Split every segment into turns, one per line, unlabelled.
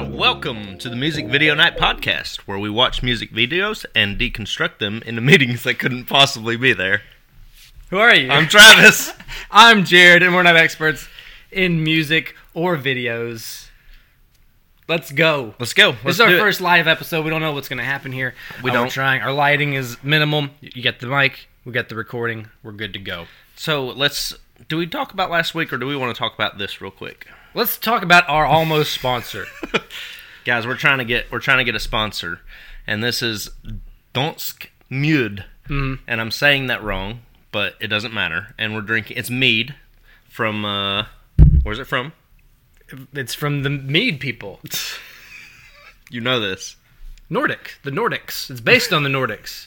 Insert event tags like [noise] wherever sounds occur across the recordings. Welcome to the Music Video Night Podcast, where we watch music videos and deconstruct them into [laughs] meetings that couldn't possibly be there.
Who are you? [laughs]
I'm Travis.
I'm Jared, and we're not experts in music or videos. Let's go.
Let's go.
this
Let's
is our
do it.
first live episode. We don't know what's going to happen here.
We
Uh, We're
don't.
trying. Our lighting is minimum. You got the mic. We got the recording. We're good to go.
So let's. Do we talk about last week, or do we want to talk about this real quick,
Let's talk about our almost
[laughs]
sponsor.
guys? We're trying to get we're trying to get a sponsor, and this is Donsk Mud,
Mm-hmm.
and I'm saying that wrong, but it doesn't matter. And we're drinking. It's mead from. uh Where's it from?
it's from the Mead people,
You know this.
Nordic, the Nordics. It's based on the Nordics.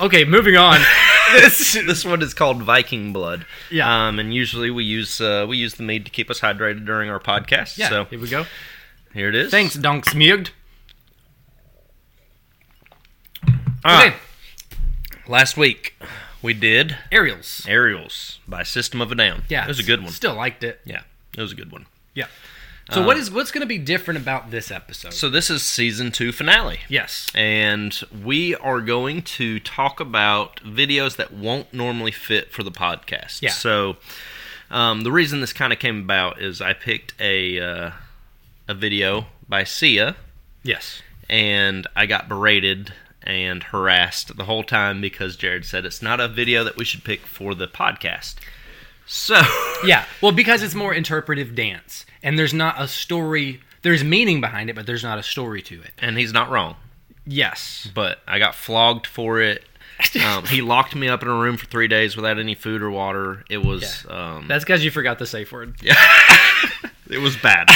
Okay,
[laughs]
moving on.
this this one is called Viking Blood.
Yeah.
Um, and usually we use uh, we use the mead to keep us hydrated during our podcast.
Yeah,
So
here we go.
here it is.
Thanks, Donksmugd.
Ah,
Okay,
Last week we did
aerials.
Aerials by System of a Down.
Yeah,
It was a good one.
Still liked it.
Yeah. It was a good one.
Yeah. Um, So what is what's going to be different about this episode?
So this is season two finale.
yes,
And we are going to talk about videos that won't normally fit for the podcast.
Yeah.
So um, the reason this kind of came about is I picked a uh, a video by Sia
yes,
and I got berated and harassed the whole time because Jared said it's not a video that we should pick for the podcast.
[laughs]
So
yeah. Well, because it's more interpretive dance, and there's not a story. There's meaning behind it, but there's not a story to it.
and he's not wrong,
Yes.
but I got flogged for it. Um,
[laughs]
he locked me up in a room for three days without any food or water. It was um,
That's because you forgot the safe word.
it was
[laughs]
bad.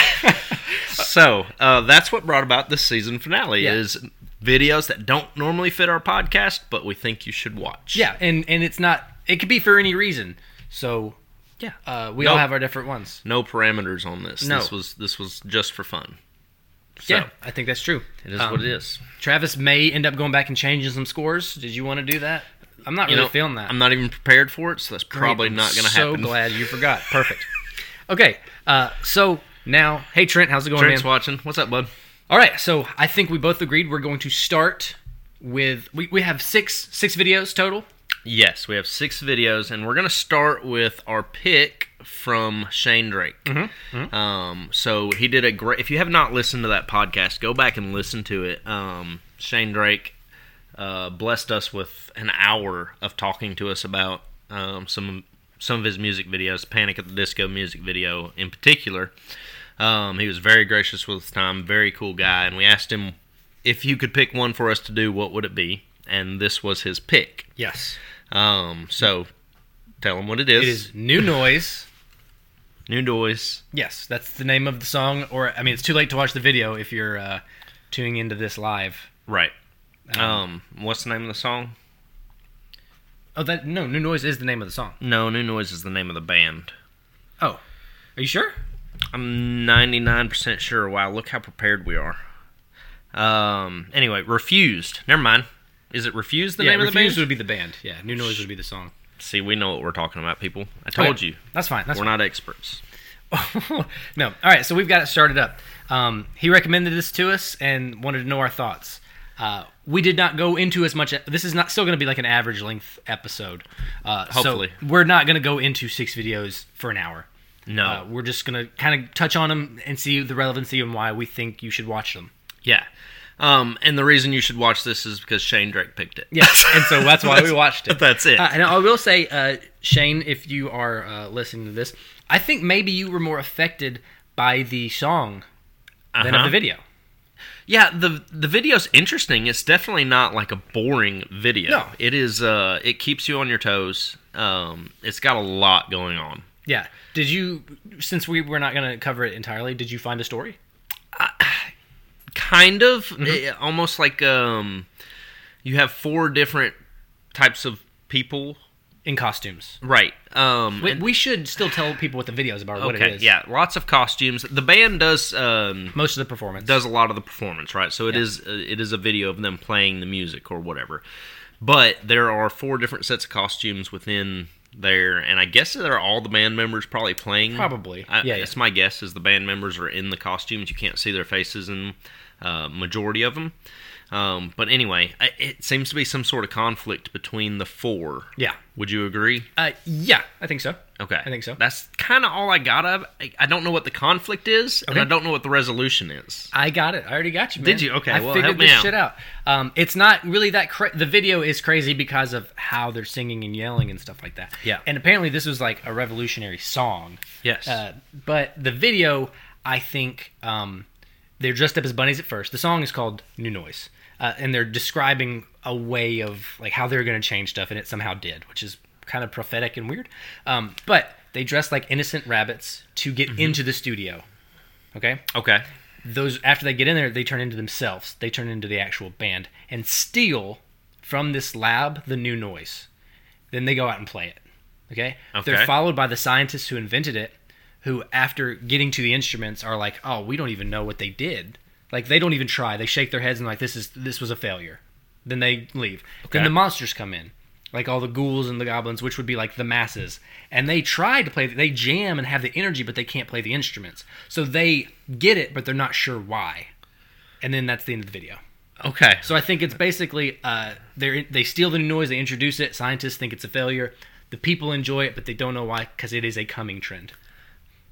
so uh, that's what brought about the season finale
Yeah.
is videos that don't normally fit our podcast, but we think you should watch.
Yeah, and and it's not. It could be for any reason. So yeah, uh, we all
Nope.
have our different ones.
No parameters on this.
No.
This was this was just for fun. So
Yeah, I think that's true.
it is
Um,
what it is.
Travis may end up going back and changing some scores. Did you want to do that? I'm not
you
really
know,
feeling that.
I'm not even prepared for it, so that's
Great,
probably
I'm
not going to
so
happen.
glad you forgot. Perfect. okay, uh, so now, hey Trent, how's it going,
Trent's
man?
watching. What's up, bud?
All right, so I think we both agreed we're going to start with we, we have six six videos total.
Yes, we have six videos, and we're going to start with our pick from Shane Drake. Um, so he did a great. If you have not listened to that podcast, go back and listen to it. Um, Shane Drake uh, blessed us with an hour of talking to us about um, some some of his music videos, Panic at the Disco music video in particular. Um, he was very gracious with his time, very cool guy, and we asked him if you could pick one for us to do, what would it be? And this was his pick.
Yes,
Um, so tell them what it is.
it is new noise.
New Noise.
[coughs] Yes, that's the name of the song. Or I mean, it's too late to watch the video if you're uh, tuning into this live.
Right. Um, what's the name of the song?
Oh, that no, new noise is the name of the song.
No, New Noise is the name of the band.
Oh, are you sure?
I'm 99% sure. Wow, look how prepared we are. Um, anyway, Refused. Never mind. Is it Refused the
yeah,
name of the
Refused
band?
would be the band. Yeah, new noise would be the song.
See, we know what we're talking about, people. I told
Okay,
you.
That's fine. That's
We're not experts.
[laughs] no. All right, so we've got it started up. Um, he recommended this to us and wanted to know our thoughts. Uh, we did not go into as much. This is not still going to be like an average length episode. Uh, so
Hopefully.
we're not going to go into six videos for an hour.
No.
Uh, we're just going to kind of touch on them and see the relevancy and why we think you should
[laughs]
watch them.
yeah. Um, and the reason you should watch this is because Shane Drake picked it.
Yes, [laughs] and so that's why we watched it.
That's it.
Uh, and I will say, uh, Shane, if you are uh, listening to this, I think maybe you were more affected by the song than of
Uh-huh.
the video.
Yeah, the the video's interesting. It's definitely not like a boring video.
No.
It is uh it keeps you on your toes. Um it's got a lot going on.
Yeah. Did you, since we were not going to cover it entirely, did you find a story?
Kind of
Mm-hmm.
eh, almost like um you have four different types of people.
In costumes.
Right. Um
We,
and-
we should still tell people what the video is about, or what
okay,
it is.
yeah, lots of costumes. The band does um
Most of the performance.
does a lot of the performance, right? So it is uh it is a video of them playing the music or whatever. But there are four different sets of costumes within there, and I guess that are all the band members probably playing.
Probably.
I,
Yeah, yeah.
That's my guess. Is the band members are in the costumes? You can't see their faces in uh, majority of them. Um, but anyway, I, it seems to be some sort of conflict between the four.
Yeah.
Would you agree?
Uh, yeah, I think so.
Okay.
I think so.
That's kind of all I got of. I, I don't know what the conflict is, and I
Okay.
don't know what the resolution is.
I got it. I already got you, man.
Did you? Okay,
I
well,
figured
help me
this
out.
shit out. Um, it's not really that. Cra- the video is crazy because of how they're singing and yelling and stuff like that.
Yeah.
And apparently, this was like a revolutionary song.
Yes.
Uh, but the video, I think, um, they're dressed up as bunnies at first. The song is called "New Noise," uh, and they're describing a way of like how they're going to change stuff, and it somehow did, which is kind of prophetic and weird. Um, but they dress like innocent rabbits to get into the studio. Okay
Okay.
those after they get in there, they turn into themselves. They turn into the actual band and steal from this lab the new noise. Then they go out and play it. Okay?
Okay.
They're followed by the scientists who invented it, who after getting to the instruments are like, "Oh, we don't even know what they did." Like they don't even try. They shake their heads and like this is this was a failure. Then they leave.
Okay.
Then the monsters come in. Like all the ghouls and the goblins, which would be like the masses. And they try to play, they jam and have the energy, but they can't play the instruments. So they get it, but they're not sure why. And then that's the end of the video.
Okay.
So I think it's basically uh, they they steal the new noise, they introduce it. Scientists think it's a failure. The people enjoy it, but they don't know why because it is a coming trend. Uh,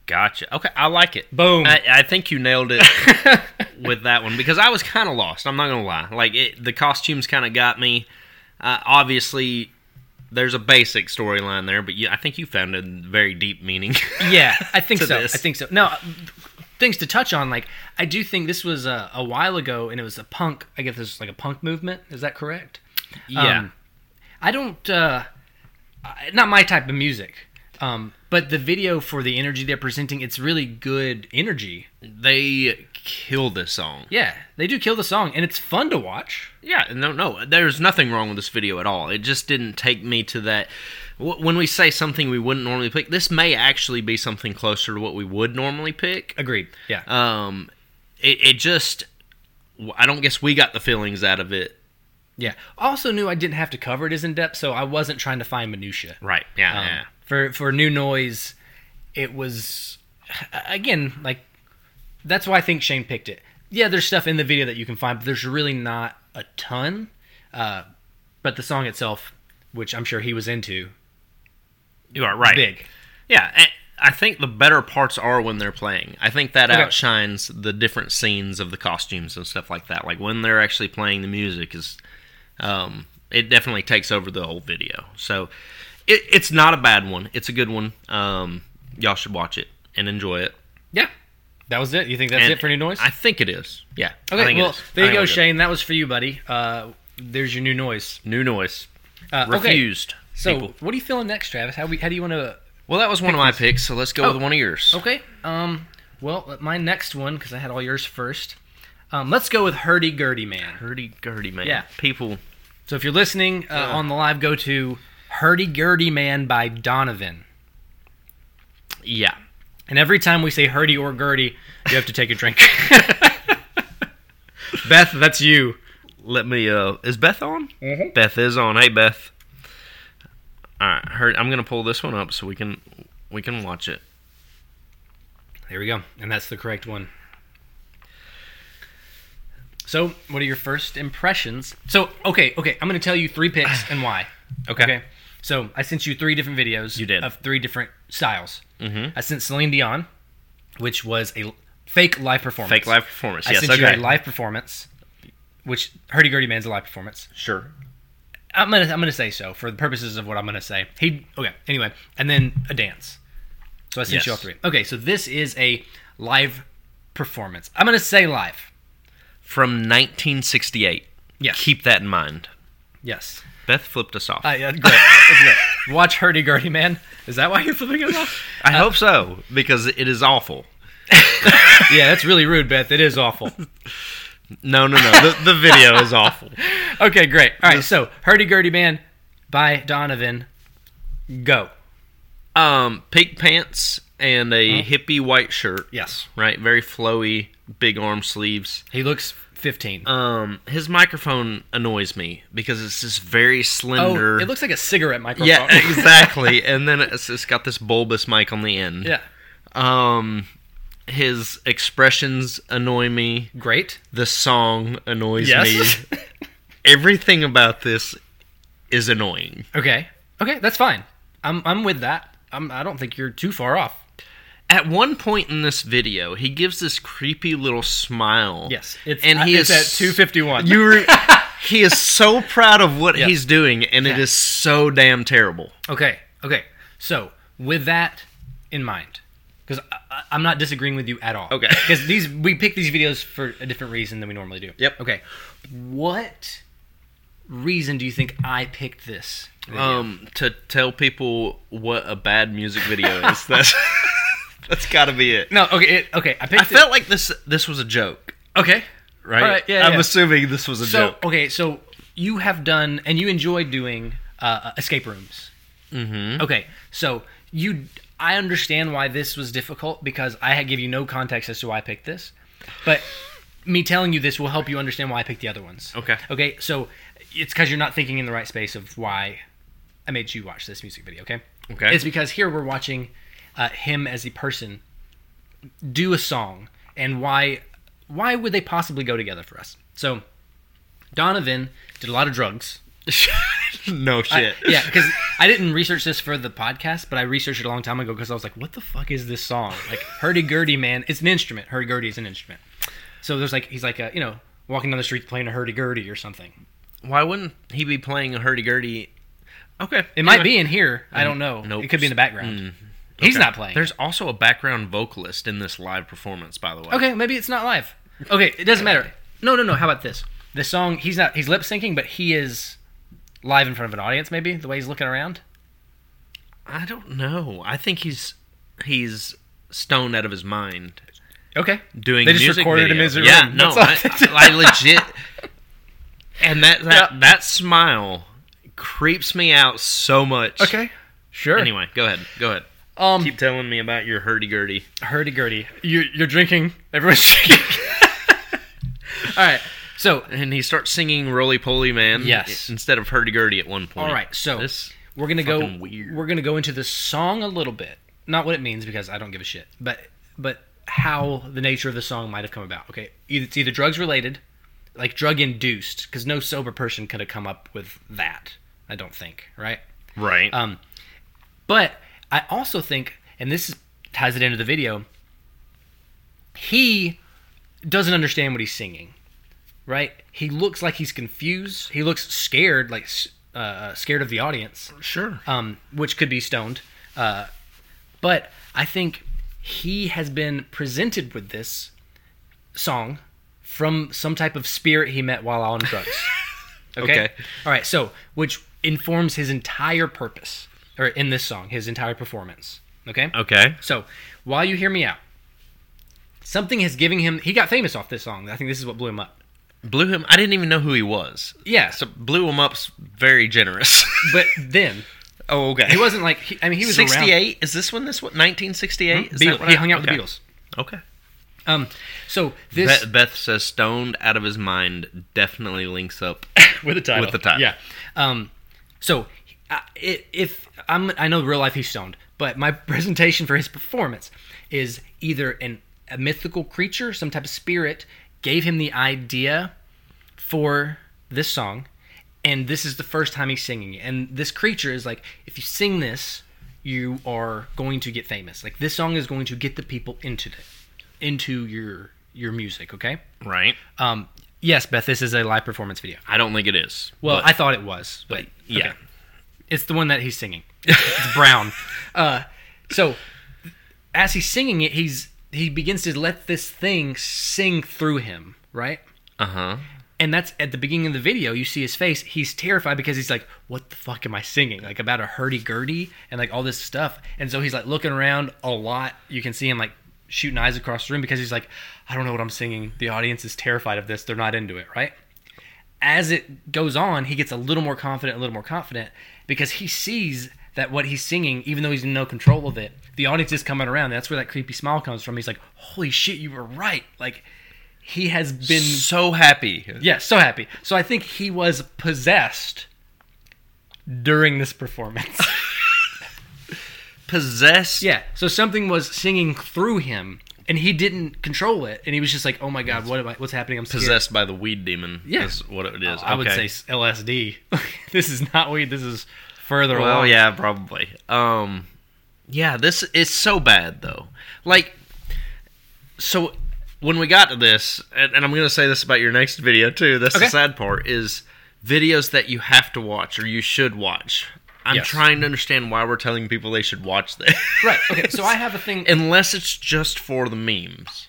Gotcha. Okay, I like it.
Boom.
I, I think you nailed it with that one because I was kind of lost. I'm not gonna lie. Like it, the costumes kind of got me. Uh, obviously, there's a basic storyline there, but you, I think you found a very deep meaning.
yeah, I think [laughs]
to
so.
this.
I think so. No, things to touch on. Like I do think this was uh, a, a while ago, and it was a punk. I guess this was like a punk movement. Is that correct? Um, I don't. Uh, I- not my type of music. Um, but the video for the energy they're presenting, it's really good energy.
they killed this song.
Yeah, they do kill the song, and it's fun to watch.
Yeah, no, no. There's nothing wrong with this video at all. It just didn't take me to that. wh- When we say something we wouldn't normally pick, this may actually be something closer to what we would normally pick.
Agreed. Yeah.
um it, it just i don't guess we got the feelings out of it
Yeah. Also knew I didn't have to cover it as in depth, so I wasn't trying to find minutia.
right yeah
Um, For for new noise, it was again like that's why I think Shane picked it. Yeah, there's stuff in the video that you can find, but there's really not a ton. Uh, but the song itself, which I'm sure he was into,
you are right
big.
yeah a- i think the better parts are when they're playing i think that
Okay.
outshines the different scenes of the costumes and stuff like that like when they're actually playing the music is um it definitely takes over the whole video so it, it's not a bad one it's a good one um y'all should watch it and enjoy it
Yeah. That was it. You think that's
And
it for new noise?
i think it is yeah I
okay.
think it
Well,
is. I
there you
think
go,
it is.
Shane. That was for you, buddy. Uh, there's your new noise.
new noise
Uh, Okay.
refused
So,
people.
what are you feeling next, Travis? How we, how do you want to
Well, that was one of my picks, so let's go with one of yours.
Oh. Okay. Um. Well, my next one because I had all yours first. Um, let's go with Hurdy Gurdy Man.
Hurdy gurdy, man.
Yeah.
People.
So if you're listening uh, on the live, go to Hurdy Gurdy Man by Donovan.
Yeah.
And every time we say Hurdy or Gurdy, you have to take a drink. [laughs] Beth, that's you.
Let me. uh Is Beth on?
Mm-hmm.
Beth is on. Hey, Beth. All right. Hurdy, I'm gonna pull this one up so we can we can watch it.
There we go, and that's the correct one. So, what are your first impressions? So, okay, okay, I'm going to tell you three picks and why.
[sighs] Okay.
So, I sent you three different videos.
You did.
of three different styles. Mm-hmm. I sent Celine Dion, which was a l- fake live performance.
Fake live performance.
I
yes.
sent
okay.
you a live performance, which Hurdy Gurdy Man's a live performance.
sure.
I'm gonna I'm gonna say so for the purposes of what I'm gonna say. He okay. Anyway, and then a dance. So I sent
Yes.
you all three. Okay, so this is a live performance. I'm gonna say live.
From 1968.
Yeah.
Keep that in mind.
Yes.
Beth flipped us off.
Uh, yeah, great. That's [laughs] great. Watch Hurdy Gurdy Man. Is that why you're flipping it off?
I hope so because it is awful.
[laughs] yeah, that's really rude, Beth. It is awful.
No, no, no. the, the video is
[laughs]
awful.
Okay, great. All right, so Hurdy Gurdy Man by Donovan. Go.
Um, pink pants and a hippie white shirt.
Mm-hmm. Yes.
Right. Very flowy, big arm sleeves.
He looks fifteen.
Um, his microphone annoys me because it's this very slender.
oh, it looks like a cigarette microphone.
yeah,
[laughs]
exactly. [laughs] and then it's, it's got this bulbous mic on the end.
yeah.
Um, his expressions annoy me.
Great.
The song annoys
[laughs] Yes.
me. Everything about this is annoying.
Okay. Okay, that's fine. I'm I'm with that. I'm I don't think you're too far off.
At one point in this video, he gives this creepy little smile.
Yes. It's
and he
it's
is
at two fifty one.
You
[laughs]
were, he is so proud of what he's doing, and it
Yeah.
is so damn terrible.
Okay. Okay. So with that in mind, because I'm not disagreeing with you at all. [laughs]
Okay.
Because these we pick these videos for a different reason than we normally do.
Yep.
Okay. What reason do you think I picked this? video?
Um, to tell people what a bad music video
[laughs]
is. That's that's got to be it.
no. Okay. It, okay. I picked.
I felt like this this was a joke,
It, okay.
right?
All right, yeah,
I'm
yeah.
assuming this was a
So
joke.
okay. So you have done and you enjoy doing uh, escape rooms. Mm-hmm. Okay. So you. I understand why this was difficult because I had- give you no context as to why I picked this, but me telling you this will help you understand why I picked the other ones.
Okay.
Okay, so it's because you're not thinking in the right space of why I made you watch this music video. Okay.
Okay.
It's because here we're watching uh, him as a person do a song, and why why would they possibly go together for us? So Donovan did a lot of drugs.
[laughs] no shit.
[laughs] Yeah, because I didn't research this for the podcast, but I researched it a long time ago because I was like, "What the fuck is this song?" Like hurdy gurdy, man. It's an instrument. Hurdy gurdy is an instrument. So there's like he's like a, you know walking down the street playing a hurdy gurdy or something.
Why wouldn't he be playing a hurdy gurdy? Okay,
It might be in here. I don't know.
Mm, nope. Mm,
It could be in the background. He's not playing.
There's also a background vocalist in this live performance, by the way.
okay, maybe it's not live. Okay, it doesn't matter. No, no, no. How about this? The song he's not he's lip syncing, but he is live in front of an audience. Maybe the way he's looking around.
I don't know. I think he's he's stoned out of his mind
Okay,
doing.
They just
music
recorded
video.
him as a
Yeah,
room.
no, I,
That's all they did.
I
[laughs]
legit. And that that
Yeah.
that smile creeps me out so much.
okay, sure.
Anyway, go ahead. Go ahead.
um,
Keep telling me about your hurdy gurdy.
hurdy gurdy. You're, you're drinking. Everyone's [laughs] drinking. all right. So
And he starts singing "Roly Poly Man."
Yes.
Instead of hurdy gurdy at one point.
all right. So
This.
we're gonna go.
fucking weird.
We're gonna go into the song a little bit. Not what it means because I don't give a shit. But but how the nature of the song might have come about. Okay. Either, it's either drugs related, like drug induced, because no sober person could have come up with that. I don't think. Right.
Right.
Um, but I also think, and this is, ties it into the video, he doesn't understand what he's singing, right? He looks like he's confused. He looks scared, like s- uh, scared of the audience,
sure.
um, which could be stoned. Uh, but I think he has been presented with this song from some type of spirit he met while
[laughs]
on drugs. Okay?
Okay.
All right. So, which informs his entire purpose, or in this song, his entire performance. Okay.
Okay.
So, while you hear me out, something has given him. He got famous off this song. I think this is what blew him up.
Blew him. I didn't even know who he was.
Yeah.
So blew him up's very
[laughs]
generous.
but then
oh, okay.
he wasn't like. He, I mean, he was around. Hmm?
68. Is this one? This one? 1968. Is that
Beatles.
what
He
I-
hung out
okay.
with the Beatles.
Okay.
Um. So this
Beth, Beth says stoned out of his mind definitely links
[laughs]
up.
with the title.
With the title.
Yeah. Um, so I- i- if I'm, I know real life he's stoned, but my [laughs] presentation for his performance is either an, a mythical creature, some type of spirit, gave him the idea for this song, and this is the first time he's singing. it. And this creature is like, if you sing this, you are going to get famous. Like this song is going to get the people into it, into your your music. Okay.
right.
Um, yes, Beth, this is a live performance video.
I don't think it is.
Well,
but-
I thought it was, but
yeah.
okay. it's the one that
[laughs]
he's singing. It's brown. Uh, so as he's singing it, he's he begins to let this thing sing through him, right?
Uh huh.
And that's at the beginning of the video. You see his face. He's terrified because he's like, "What the fuck am I singing? Like about a hurdy gurdy and like all this stuff." And so he's like looking around a lot. You can see him like shooting eyes across the room because he's like, "I don't know what I'm singing. The audience is terrified of this. They're not into it, right?" as it goes on, he gets a little more confident, a little more confident, because he sees that what he's singing, even though he's in no control of it, the audience is coming around. That's where that creepy smile comes from. He's like, "Holy shit, you were right!" Like he has been
so happy.
yeah so happy. So I think he was possessed during this performance.
Possessed.
[laughs] yeah. So something was singing through him, and he didn't control it, and he was just like, "Oh my god, what am I, what's happening? I'm scared."
Possessed by the weed demon.
Yeah.
Is what it is.
I would
Okay.
say s- LSD. [laughs] this is not weed. This is further
Well,
along.
yeah, probably. Um, yeah, this is so bad though. Like, so when we got to this, and, and I'm going to say this about your next video too. That's
Okay.
the sad part is videos that you have to watch or you should watch. I'm
Yes.
trying to understand why we're telling people they should watch this,
[laughs] Right. Okay. So I have a [laughs] thing.
unless it's just for the memes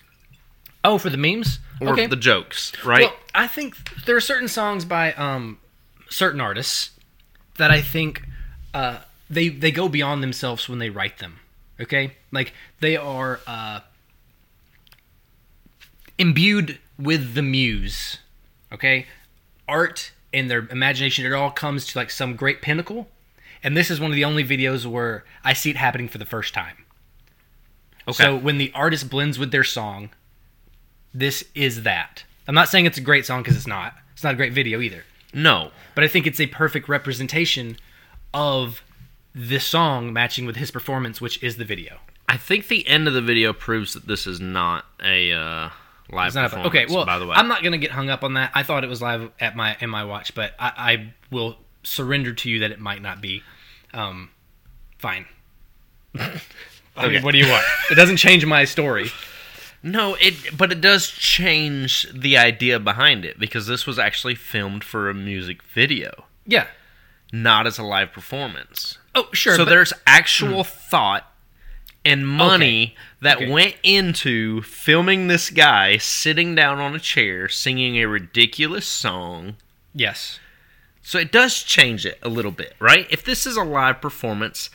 Oh, for the memes.
or
okay.
the jokes, right?
Well, I think there are certain songs by um, certain artists that I think uh, they they go beyond themselves when they write them. Okay, like they are uh, imbued with the muse. Okay, art and their imagination it all comes to like some great pinnacle, and this is one of the only videos where I see it happening for the first time.
okay.
So when the artist blends with their song, this is that. I'm not saying it's a great song because it's not. It's not a great video either.
no.
But I think it's a perfect representation of this song matching with his performance, which is the video.
I think the end of the video proves that this is not a uh, live
It's not a-
performance.
okay, well,
by the way,
I'm not gonna get hung up on that. I thought it was live at my in my watch, but I, I will surrender to you that it might not be. Um,
[laughs]
fine. I mean,
Okay.
what do you want? It doesn't change my story.
[laughs] No, it but it does change the idea behind it because this was actually filmed for a music video,
Yeah.
not as a live performance.
Oh, sure.
so
but- Hmm.
there's actual thought and money that
Okay.
went into filming this guy sitting down on a chair singing a ridiculous song.
yes.
So it does change it a little bit, right? If this is a live performance,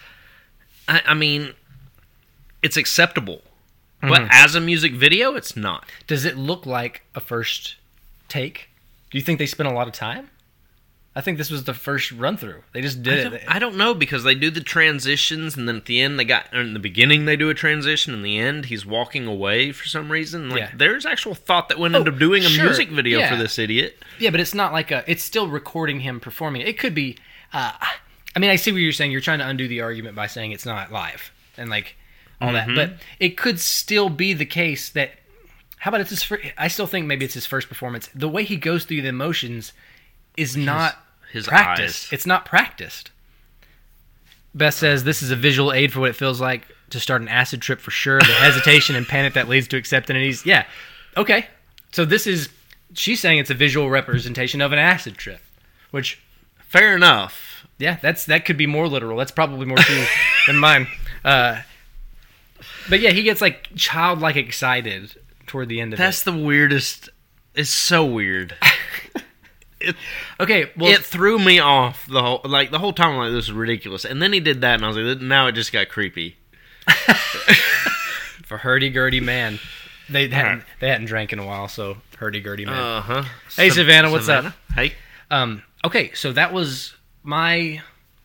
I, I mean, it's acceptable.
Mm-hmm.
But as a music video, it's not.
Does it look like a first take? Do you think they spent a lot of time? I think this was the first run through. They just
I
did
don't,
it.
I don't know because they do the transitions and then at the end they got or in the beginning they do a transition in the end he's walking away for some reason like
Yeah.
there's actual thought that went
Oh,
into doing a
sure,
music video
yeah.
for this idiot
yeah, but it's not like a. It's still recording him performing. It could be. Uh, I mean, I see what you're saying. You're trying to undo the argument by saying it's not live and like all
Mm-hmm.
that. But it could still be the case that. How about it's his? Fir- I still think maybe it's his first performance. The way he goes through the emotions is not
his
practiced.
eyes
It's not practiced. Beth says this is a visual aid for what it feels like to start an acid trip for sure.
[laughs]
The hesitation and panic that leads to acceptance. Yeah. Okay. So this is she's saying it's a visual representation of an acid trip, which
fair enough
yeah, that's that could be more literal. That's probably more
[laughs]
true than mine. Uh, but yeah, he gets like childlike excited toward the end of
that's the weirdest it's so weird
it. Okay. [laughs] Well,
it threw me off the whole like the whole time I'm like this is ridiculous and then he did that and I was like now it just got creepy
for hurdy gurdy man, they
[laughs]
hadn't
right.
they hadn't drank in a while, so hurdy gurdy man.
uh huh
Hey, Uh-huh. Savannah, what's up?
hey
Um, okay, so that was my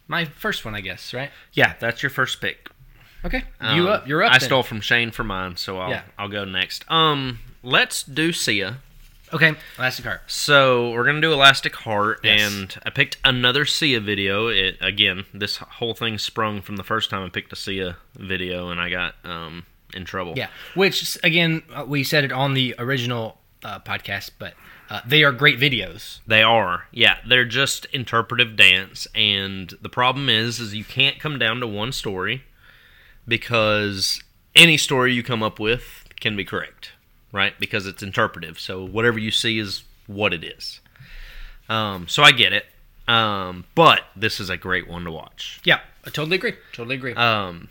my first one, I guess, right?
yeah that's your first pick
Okay, you
Um,
up? You're up.
I
then.
stole from Shane for mine, so I'll
Yeah.
I'll go next. Um, let's do Sia.
Okay, elastic heart.
So we're gonna do Elastic Heart,
Yes.
and I picked another Sia video. It again, this whole thing sprung from the first time I picked a Sia video, and I got um in trouble.
Yeah, which again, uh, we said it on the original uh, podcast, but uh, they are great videos.
They are. Yeah, they're just interpretive dance and the problem is is you can't come down to one story because any story you come up with can be correct, right? Because it's interpretive. So whatever you see is what it is. Um so I get it. Um but this is a great one to watch.
Yeah, I totally agree. Totally agree.
Um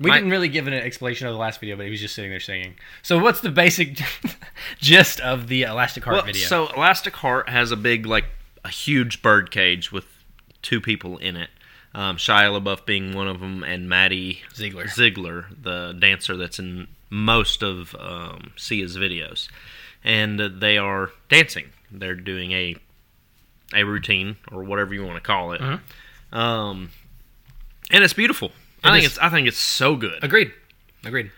we
my-
didn't really give an explanation of the last video, but he was just sitting there singing. So, what's the basic [laughs] gist of the elastic heart
well,
video?
so Elastic Heart has a big like a huge bird cage with two people in it. Um, Shia LaBeouf being one of them, and Maddie
Ziegler.
Ziegler, the dancer that's in most of um, Sia's videos, and uh, they are dancing. They're doing a a routine or whatever you want to call it, um, and it's beautiful. I
Uh-huh. It
think
is.
it's I think it's so good.
agreed. Agreed.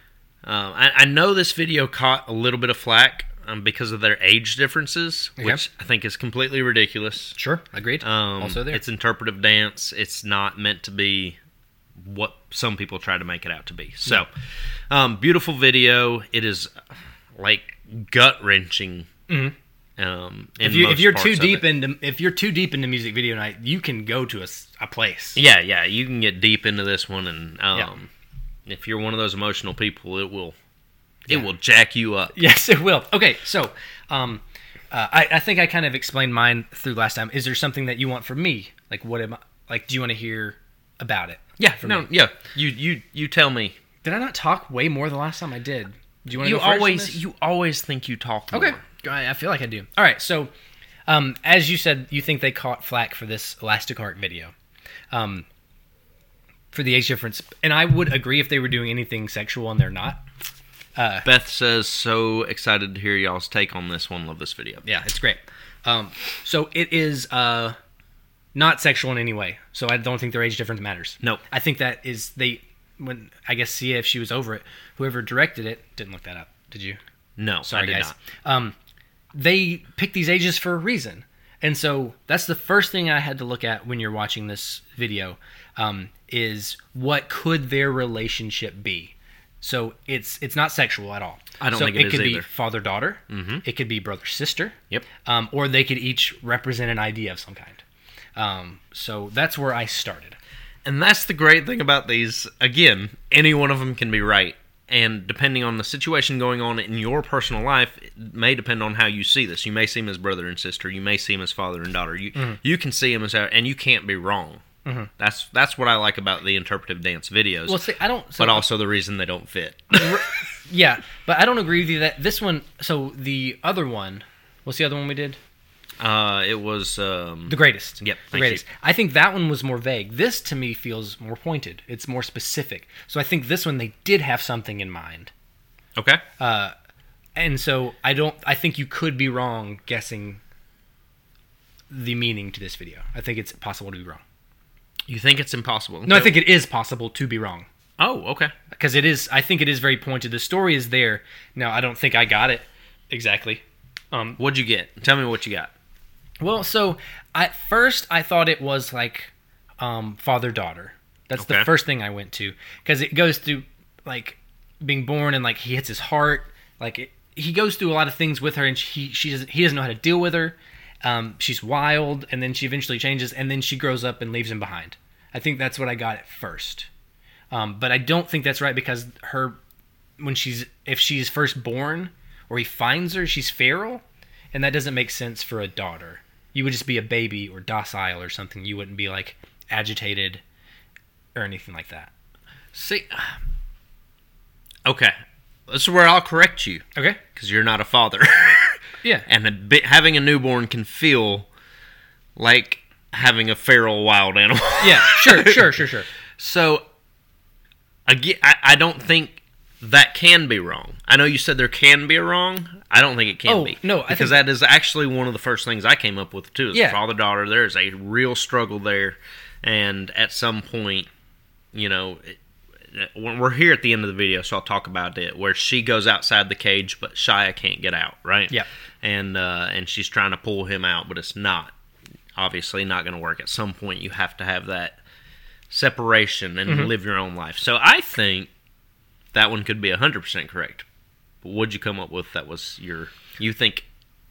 Um, I, I know this video caught a little bit of flack um, because of their age differences,
Okay.
which I think is completely ridiculous.
Sure, agreed.
Um,
also there.
It's interpretive dance. It's not meant to be what some people try to make it out to be. So, um, beautiful video. It is like gut wrenching. Um, in
Mm-hmm. if you if
most
you're
parts
too
of
deep
it.
into if you're too deep into music video night, you can go to a, s- a place.
yeah, yeah, you can get deep into this one, and um, if you're one of those emotional people, it will, it will jack you up.
Yes, it will. Okay, so um, uh, I, I think I kind of explained mine through last time. Is there something that you want from me? Like, what am I, like? Do you want to hear about it?
Yeah,
from
no,
me?
yeah. You you you tell me.
Did I not talk way more the last time I did? Do you want
You
to? go first on
always
this?
you always think you talk. More.
Okay. I I feel like I do. All right. So, um, as you said, you think they caught flack for this elastic heart video, um, for the age difference, and I would agree if they were doing anything sexual and they're not.
Beth says, "So excited to hear y'all's take on this one. Love this video."
Yeah, it's great. Um, so it is uh, not sexual in any way. So I don't think their age difference matters.
Nope.
I think that is they when I guess Sia if she was over it, whoever directed it didn't look that up. Did you?
No,
Sorry,
I did
guys.
not.
Um, they pick these ages for a reason, and so that's the first thing I had to look at when you're watching this video um, is what could their relationship be. So it's it's not sexual at all.
I don't
so
think it
it
is
could be
either. Mm-hmm.
father daughter. It could be brother sister.
Yep.
Um, or they could each represent an idea of some kind. Um, so that's where I started.
And that's the great thing about these. Again, any one of them can be right. And depending on the situation going on in your personal life, it may depend on how you see this. You may see him as brother and sister. You may see him as father and daughter. You
Mm-hmm.
you can see him as, and you can't be wrong. That's that's what I like about the interpretive dance videos.
Well, see, I don't. so-
but also the reason they don't
[laughs]
fit.
yeah, but I don't agree with you that this one. So the other one, what's the other one we did?
uh, it was um,
The greatest.
Yep,
The
thank
greatest.
you.
I think that one was more vague. This to me feels more pointed. It's more specific. So I think this one they did have something in mind.
okay.
And so I don't I think you could be wrong guessing the meaning to this video. I think it's possible to be wrong.
you think it's impossible?
No, I think it is possible to be wrong.
Oh, okay.
Because it is I think it is very pointed. The story is there. Now I don't think I got it exactly. Um
What'd you get? Tell me what you got.
Well, so at first I thought it was like um, father daughter. That's
Okay.
the first thing I went to because it goes through like being born and like he hits his heart. Like it, he goes through a lot of things with her, and she she doesn't he doesn't know how to deal with her. Um, she's wild, and then she eventually changes, and then she grows up and leaves him behind. I think that's what I got at first, um, but I don't think that's right because her when she's if she's first born or he finds her, she's feral, and that doesn't make sense for a daughter. You would just be a baby or docile or something. You wouldn't be like agitated or anything like that.
See, okay, this is where I'll correct you
Okay.
because you're not a father, [laughs]
Yeah.
and a bit, having a newborn can feel like having a feral wild animal.
Yeah. Sure. Sure. Sure. Sure.
So, again, I, I don't think that can be wrong. I know you said there can be a wrong. I don't think it can
Oh,
be.
no, I
because
think-
that is actually one of the first things I came up with too. Is
Yeah.
father daughter. There is a real struggle there, and at some point, you know. It, when we're here at the end of the video, so I'll talk about it. Where she goes outside the cage, but Shia can't get out, right?
Yeah.
and uh, and she's trying to pull him out, but it's not obviously not going to work. At some point, you have to have that separation and live your own life. So I think that one could be 100% correct. But what'd you come up with that was your. You think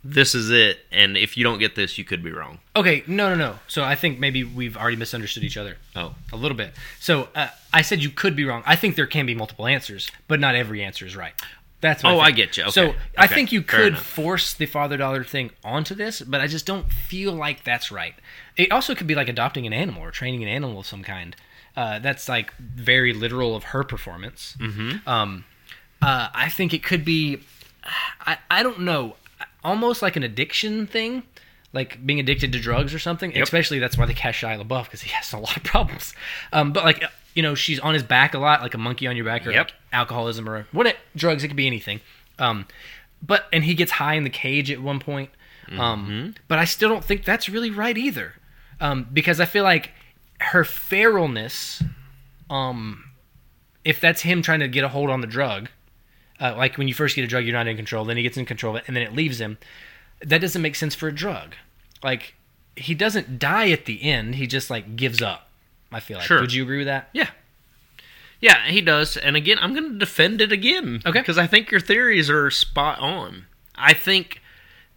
this is it, and if you don't get this, you could be wrong.
Okay. No. No. No. So I think maybe we've already misunderstood each other.
Oh.
A little bit. So uh, I said you could be wrong. I think there can be multiple answers, but not every answer is right. That's what
Oh,
think.
I get you. Okay.
So I
Okay.
think you
Fair
could
enough.
force the father daughter thing onto this, but I just don't feel like that's right. It also could be like adopting an animal or training an animal of some kind. Uh, that's like very literal of her performance. Mm-hmm. Um, uh, I think it could be, I, I don't know, almost like an addiction thing, like being addicted to drugs or something. Especially that's why they cast Shia LaBeouf because he has a lot of problems. Um, but like you know, she's on his back a lot, like a monkey on your back, or
Yep.
like alcoholism or what it, drugs. It could be anything. Um, but and he gets high in the cage at one point. Um, But I still don't think that's really right either, um, because I feel like her feralness, um, if that's him trying to get a hold on the drug, uh, like when you first get a drug, you're not in control. Then he gets in control, and then it leaves him. That doesn't make sense for a drug. Like he doesn't die at the end. He just like gives up. I feel like.
Sure.
Would you agree with that?
Yeah. Yeah, he does. And again, I'm going to defend it again.
Okay.
Because I think your theories are spot on. I think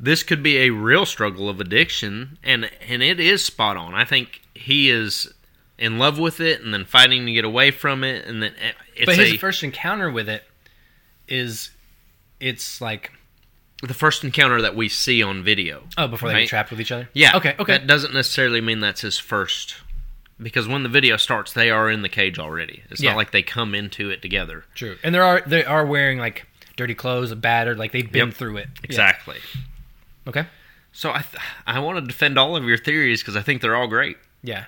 this could be a real struggle of addiction, and and it is spot on. I think he is in love with it, and then fighting to get away from it, and then it's
but his
a,
first encounter with it is, it's like
the first encounter that we see on video.
oh, before they
Right.
get trapped with each other.
Yeah.
Okay. Okay.
That doesn't necessarily mean that's his first, because when the video starts, they are in the cage already. It's
Yeah.
not like they come into it together.
True. And there are they are wearing like dirty clothes, battered, like they've been
Yep.
through it. Yeah.
Exactly.
Okay.
So I th- I want to defend all of your theories because I think they're all great.
Yeah.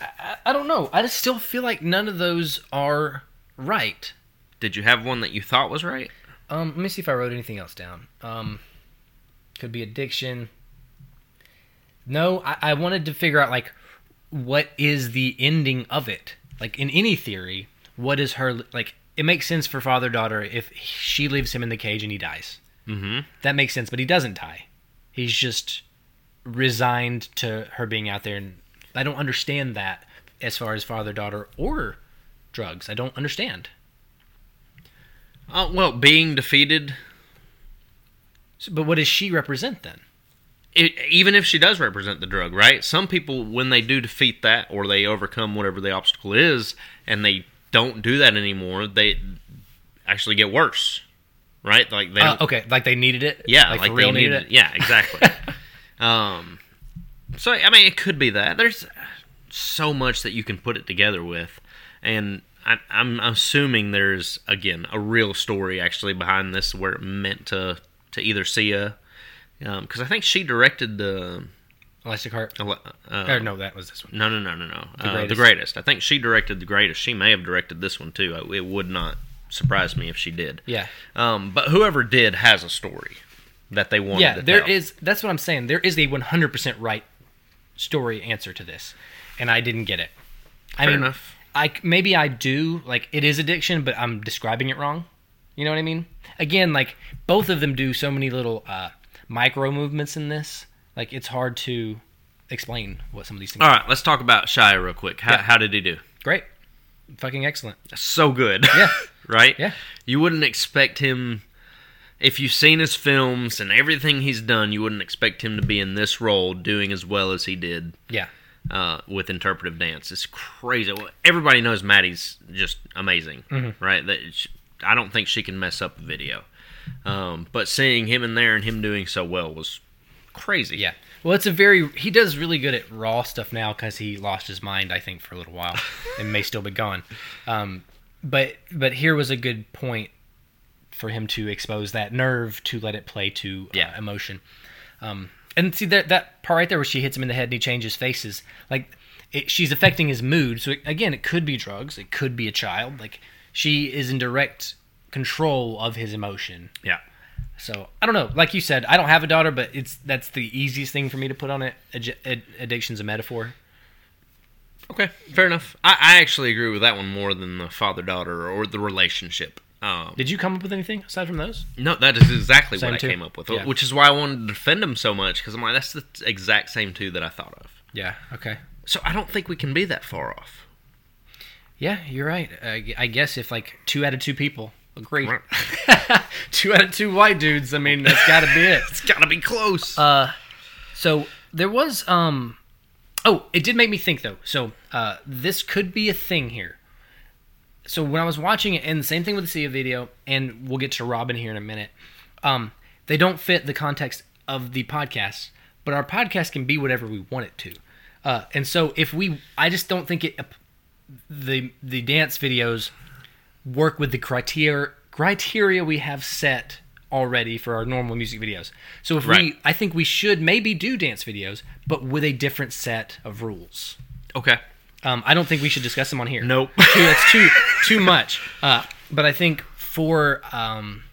I, I I don't know. I just still feel like none of those are right.
Did you have one that you thought was right?
Um, let me see if I wrote anything else down. Um, could be addiction. No, I, I wanted to figure out like what is the ending of it. Like in any theory, what is her like? It makes sense for father daughter if she leaves him in the cage and he dies.
Mm-hmm.
That makes sense, but he doesn't die. He's just resigned to her being out there, and I don't understand that as far as father daughter or drugs. I don't understand.
Uh, well, being defeated,
So, but what does she represent then?
it, e, even if she does represent the drug, right? Some people, when they do defeat that or they overcome whatever the obstacle is, and they don't do that anymore, they actually get worse, right? Like they,
Uh,
don't-
okay, like they needed it.
yeah,
like,
like,
for
they
real needed,
needed-
it.
yeah,
[laughs]
exactly. um, so I mean, it could be that there's so much that you can put it together with, and I, I'm assuming there's again a real story actually behind this where it meant to to either Sia, because I think she directed the
Elastic Heart.
uh,
Or, no, that was this one.
no no no no no the, the
Greatest.
greatest. I think she directed the greatest. She may have directed this one too. It would not surprise me if she did.
Yeah,
Um, but whoever did has a story that they wanted.
yeah.
to
There
tell.
is. That's what I'm saying. There is a 100 percent right story answer to this, and I didn't get it. I
Fair
mean,
enough.
I maybe I do like it is addiction, but I'm describing it wrong. You know what I mean? Again, like both of them do so many little uh, micro movements in this. Like it's hard to explain what some of these things.
All right, let's talk about Shia real quick. How, how did he do?
Great, fucking excellent.
So good.
Yeah.
[laughs] right?
Yeah.
You wouldn't expect him if you've seen his films and everything he's done, you wouldn't expect him to be in this role doing as well as he did
Yeah,
uh, with interpretive dance. It's crazy. Well, everybody knows Maddie's just amazing,
Mm-hmm.
right? That she, I don't think she can mess up a video. Um, but seeing him in there and him doing so well was crazy.
Yeah. Well, it's a very he does really good at raw stuff now because he lost his mind, I think, for a little while, and may still be gone. Um, but but here was a good point for him to expose that nerve to let it play to uh,
Yeah.
emotion. Um, and see that that part right there where she hits him in the head and he changes faces, like it, she's affecting his mood. So it, again, it could be drugs, it could be a child. Like she is in direct control of his emotion.
Yeah.
So I don't know. Like you said, I don't have a daughter, but it's that's the easiest thing for me to put on it. Ad- ad- addiction's a metaphor.
Okay, fair enough. I, I actually agree with that one more than the father daughter or the relationship. Um,
Did you come up with anything aside from those?
no, that is exactly
Same
what I
two?
came up with,
Yeah.
which is why I wanted to defend him so much because I'm like, that's the t- exact same two that I thought of.
Yeah. Okay.
So I don't think we can be that far off.
Yeah, you're right. I, I guess if like two out of two people agree,
Right.
[laughs] two out of two white dudes. I mean, that's got to be it.
It's got to be close.
Uh, so there was um, oh, it did make me think though. So uh, this could be a thing here. So when I was watching it, and the same thing with the Sia video, and we'll get to Robin here in a minute. Um, they don't fit the context of the podcast, but our podcast can be whatever we want it to. Uh, and so if we, I just don't think it, the the dance videos work with the criteria criteria we have set already for our normal music videos. So if
Right.
we I think we should maybe do dance videos, but with a different set of rules.
okay.
Um, I don't think we should discuss them on here.
Nope.
Too- that's too too much. Uh, but I think for um,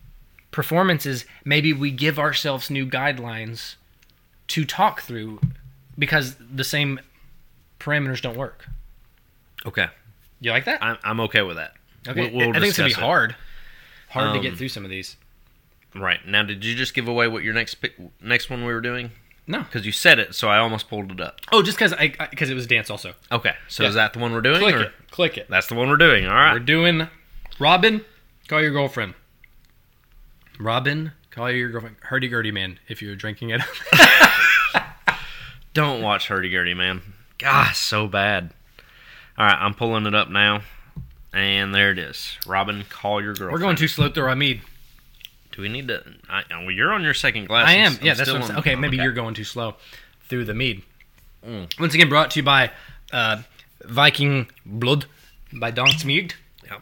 performances, maybe we give ourselves new guidelines to talk through because the same parameters don't work.
Okay.
You like that?
I'm, I'm okay with that.
Okay.
We'll- we'll
I think it's gonna be
discuss it.
hard. Hard to
Um,
get through some of these.
Right now, did you just give away what your next pick, next one we were doing?
No.
Because you said it, so I almost pulled it up.
Oh, just because I because it was dance also.
Okay, so
Yeah.
is that the one we're doing?
Click
or-
it. Click it.
That's the one we're doing. All right.
We're doing Robin, call your girlfriend. Robin, call your girlfriend. Hurdy gurdy man, if you're drinking it. [laughs]
Don't watch Hurdy Gurdy, man. Gosh, so bad. All right, I'm pulling it up now, and there it is. Robin, call your girlfriend.
We're going too slow through our mead.
Do we need to? I, uh, well, you're on your second glass.
I
I'm
am.
s-
Yeah, that's
still
what I'm saying.
on-
Okay, maybe you're going too slow through the mead.
Mm.
Once again, brought to you by uh, Viking Blood by Dansmjugd.
Yep.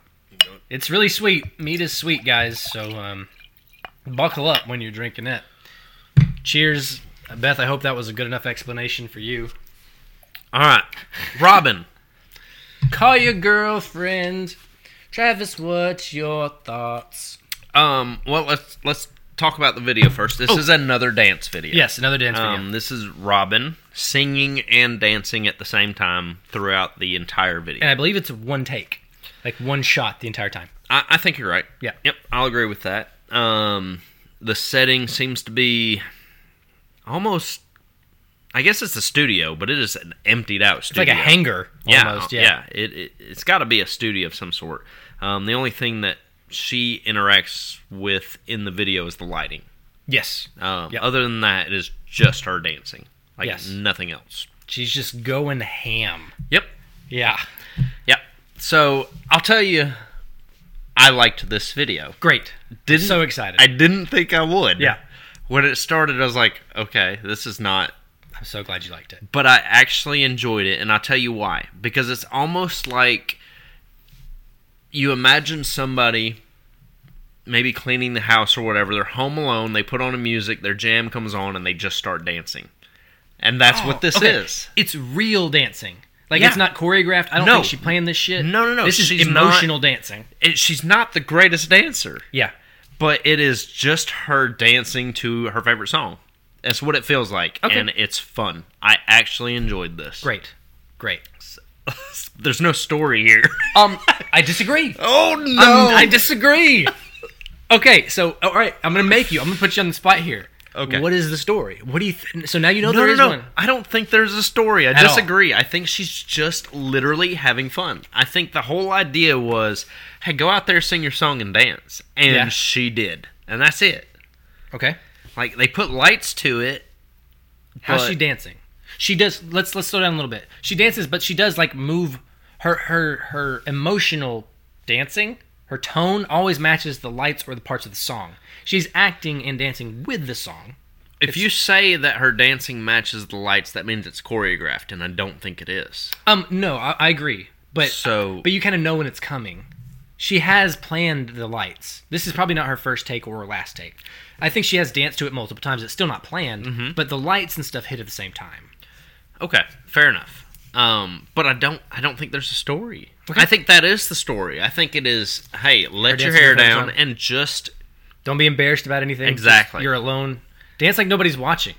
It's really sweet. Mead is sweet, guys. So um, buckle up when you're drinking it. Cheers, Beth. I hope that was a good enough explanation for you.
All right, Robin.
Call your girlfriend, Travis. What's your thoughts?
Um, well, let's let's talk about the video first. This is another dance video.
Yes, another Oh. dance video.
Um, this is Robin singing and dancing at the same time throughout the entire video.
And I believe it's one take, like one shot the entire time.
I, I think you're right.
Yeah.
Yep. I'll agree with that. Um, the setting seems to be almost. I guess it's a studio, but it is an emptied out
It's like
studio.
a hangar
yeah,
almost.
yeah. It, it it's got to be a studio of some sort. Um, the only thing that she interacts with in the video is the lighting.
Yes.
Um,
Yep.
Other than that, it is just her dancing. Like
Yes.
nothing else.
She's just going ham.
Yep.
Yeah.
Yep. So I'll tell you, I liked this video.
Great.
Didn't
so excited.
I didn't think I would.
Yeah.
When it started, I was like, okay, this is not.
I'm so glad you liked it.
But I actually enjoyed it, and I'll tell you why. Because it's almost like you imagine somebody maybe cleaning the house or whatever. They're home alone. They put on a music. Their jam comes on, and they just start dancing. And that's
Oh,
what this
okay.
is.
It's real dancing. Like
Yeah.
it's not choreographed. I don't
No.
think she planned this shit.
No, no, no,
This
she's
is emotional dancing.
It, she's not the greatest dancer,
Yeah.
but it is just her dancing to her favorite song. That's what it feels like,
Okay.
and it's fun. I actually enjoyed this.
Great. Great.
[laughs] There's no story here.
Um, [laughs] I disagree.
Oh no!
Um, I disagree. okay, so all right, I'm gonna make you. I'm gonna put you on the spot here.
Okay.
What is the story? What do you? Th- so now you know
no,
there
no,
is
no.
one.
I don't think there's a story. I
At all.
disagree. I think she's just literally having fun. I think the whole idea was, hey, go out there, sing your song, and dance, and
Yeah.
she did, and that's it.
Okay.
Like they put lights to it.
How's
but-
she dancing? She does. Let's let's slow down a little bit. She dances, but she does like move her her her emotional dancing. Her tone always matches the lights or the parts of the song. She's acting and dancing with the song.
If you say that her dancing matches the lights, that means it's choreographed, and I don't think it is.
Um, no, I, I agree, but
So-
but you kind of know when it's coming. She has planned the lights. This is probably not her first take or her last take. I think she has danced to it multiple times. It's still not planned,
Mm-hmm.
but the lights and stuff hit at the same time.
Okay, fair enough. Um, but I don't. I don't think there's a story.
Okay.
I think that is the story. I think it is. Hey, let
Her
your
dancing
hair
to her
down
song.
and just.
Don't be embarrassed about anything. Just
Exactly.
you're alone. Dance like nobody's watching.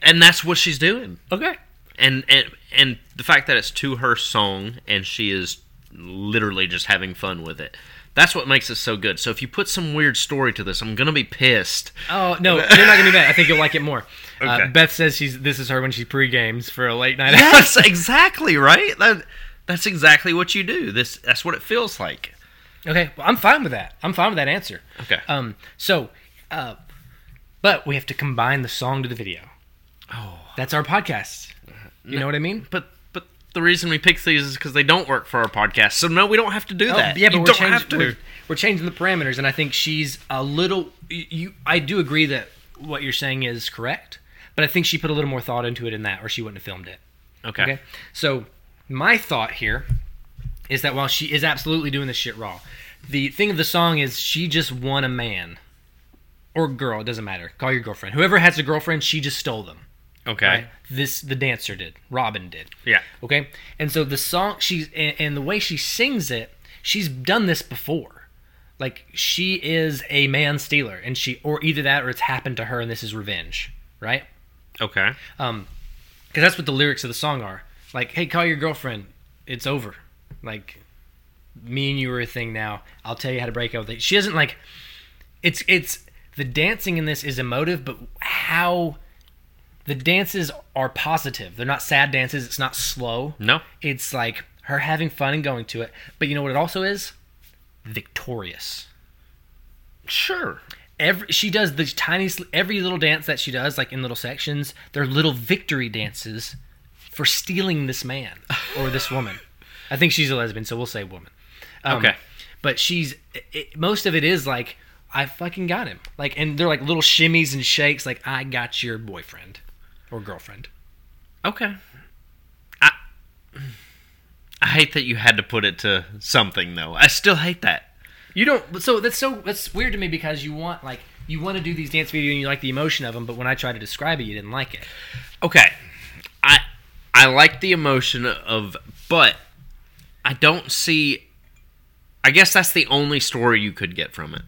And that's what she's doing.
Okay.
And and and the fact that it's to her song and she is literally just having fun with it. That's what makes it so good. So if you put some weird story to this, I'm gonna be pissed. [laughs]
Oh no, you're not gonna be mad. I think you'll like it more. Uh,
Okay.
Beth says she's this is her when she pre games for a late night. out.
Yes, exactly right. That that's exactly what you do. This that's what it feels like.
[laughs] okay, well, I'm fine with that. I'm fine with that answer.
Okay.
Um. So, uh, but we have to combine the song to the video.
Oh.
That's our podcast. You know what I mean?
but but the reason we picked these is because they don't work for our podcast. So no, we don't have to do that.
Oh, yeah, but
you
we're
don't
changing,
have to.
We're, we're changing the parameters, and I think she's a little. You, you- I do agree that what you're saying is correct, but I think she put a little more thought into it in that, or she wouldn't have filmed it.
okay.
[laughs] Okay. So my thought here is that while she is absolutely doing this shit raw, the thing of the song is she just won a man or girl. It doesn't matter. Call your girlfriend. Whoever has a girlfriend, she just stole them.
Okay.
Right? This the dancer did. Robin did.
Yeah.
Okay. And so the song she's and, and the way she sings it, she's done this before. Like she is a man stealer, and she or either that or it's happened to her, and this is revenge, right?
Okay.
Um 'cause because that's what the lyrics of the song are. Like, hey, call your girlfriend. It's over. Like, me and you are a thing now. I'll tell you how to break up. with it. She doesn't like. it's it's the dancing in this is emotive, but how the dances are positive. They're not sad dances. It's not slow.
No.
It's like her having fun and going to it. But you know what it also is? Victorious.
Sure.
Every she does the tiniest every little dance that she does, like in little sections, they're little victory dances for stealing this man
[laughs]
or this woman. I think she's a lesbian, so we'll say woman. Um,
Okay.
But she's it, most of it is like I fucking got him. Like and they're like little shimmies and shakes like I got your boyfriend or girlfriend.
Okay. I I hate that you had to put it to something though. I still hate that.
You don't. but So that's so that's weird to me because you want like you want to do these dance videos and you like the emotion of them, but when I tried to describe it, you didn't like it.
Okay. I I like the emotion of but I don't see I guess that's the only story you could get from it.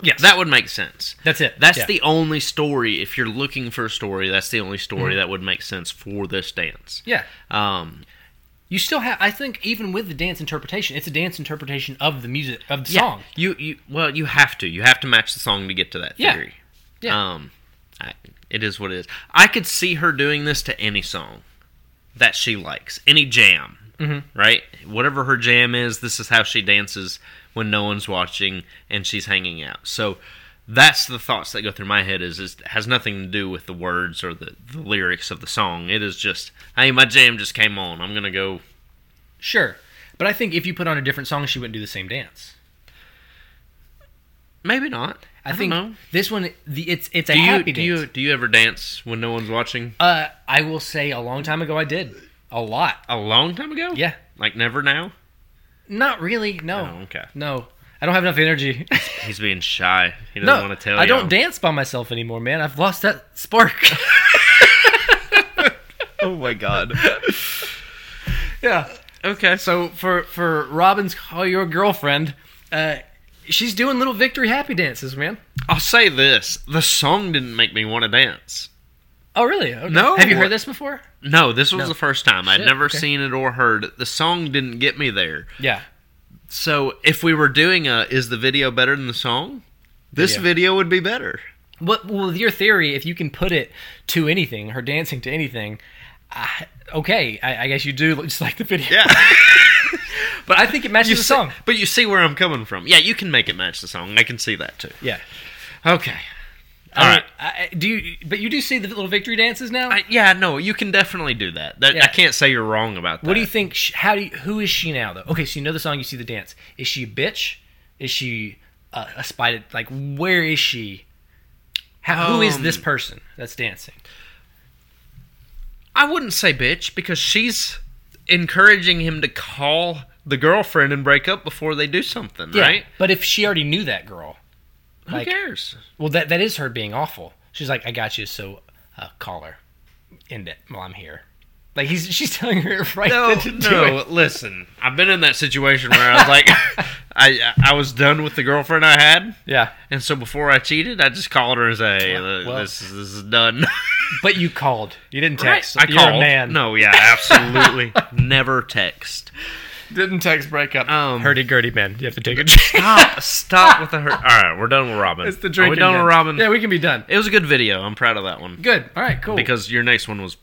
Yes,
That would make sense.
that's it.
That's
Yeah.
the only story if you're looking for a story, that's the only story that would make sense for this dance.
Mm-hmm. yeah.
Um
You still have. I think even with the dance interpretation, it's a dance interpretation of the music of the
yeah,
song.
You you well, you have to. You have to match the song to get to that
Yeah.
theory.
Yeah.
Um, I, it is what it is. I could see her doing this to any song that she likes, any jam, mm-hmm. right? Whatever her jam is, this is how she dances when no one's watching and she's hanging out. So that's the thoughts that go through my head. Is, is it has nothing to do with the words or the, the lyrics of the song. It is just, hey, my jam just came on. I'm gonna go.
Sure, but I think if you put on a different song, she wouldn't do the same dance.
Maybe not.
I,
I,
think
Don't know.
this one, the, it's it's a
Do you
happy
do
dance.
you do you ever dance when no one's watching?
uh, I will say a long time ago I did a lot.
A long time ago.
Yeah,
Like never now.
not really. No,
Oh, okay.
no, I don't have
[laughs]
enough energy.
He's being shy. He doesn't
no,
want to tell
I
you.
don't dance by myself anymore, man. I've lost that spark. [laughs]
Oh my god.
yeah.
[laughs] okay. So
So for for Robin's call your girlfriend, uh, she's doing little victory happy dances, man.
I'll say this: the song didn't make me want to dance.
Oh really? Okay.
No.
Have you heard this before?
No, this was
No.
the first time. I'd
Shit,
never
okay.
seen it or heard. it. The song didn't get me there.
Yeah.
So if we were doing a, is the video better than the song? This
Video.
video would be
[laughs]
better.
What well with your theory, if you can put it to anything, her dancing to anything, I, okay, I, I guess you do just like the video.
Yeah.
[laughs] But I think it matches
you
the
see-
song.
But you see where I'm coming from. Yeah, you can make it match the song. I can see that too.
Yeah.
Okay.
All
All
right.
right.
I, I- do you? But you do see the little victory dances now.
I, yeah, no, you can definitely do that. that
Yeah.
I can't say you're wrong about that.
What do you think? sh- How do you, who is she now though? Okay, so you know the song, you see the dance. Is she a bitch? Is she a, a spider? Like where is she? How, who is this
Um,
person that's dancing?
I wouldn't say bitch because she's encouraging him to call the girlfriend and break up before they do something, right?
But if she already knew that girl, like-
Who cares?
well, that that is her being awful. She's like, I got you, so uh, call her. End it while I'm here. Like he's she's [laughs] telling her right
No,
then [laughs] to do
no.
it.
Listen, I've been in that situation where I was
[laughs]
like, I I was done with the girlfriend I had,
Yeah,
and so before I cheated, I just called her and said, "Hey,
Well-
th- this is, this is done."
but you called. You didn't
[laughs]
text.
I
You're
called.
a man.
No, yeah,
[laughs]
absolutely. Never text.
didn't text breakup.
Um,
Hurdy gurdy man. You have to take a drink.
stop, stop with the hurt. All right, we're done with Robin.
[laughs] it's the
Are
drinking.
we done
game.
with Robin?
Yeah, Oh, we can be done.
It was a good video. I'm proud of that one.
Good. All right. Cool.
Because your next one was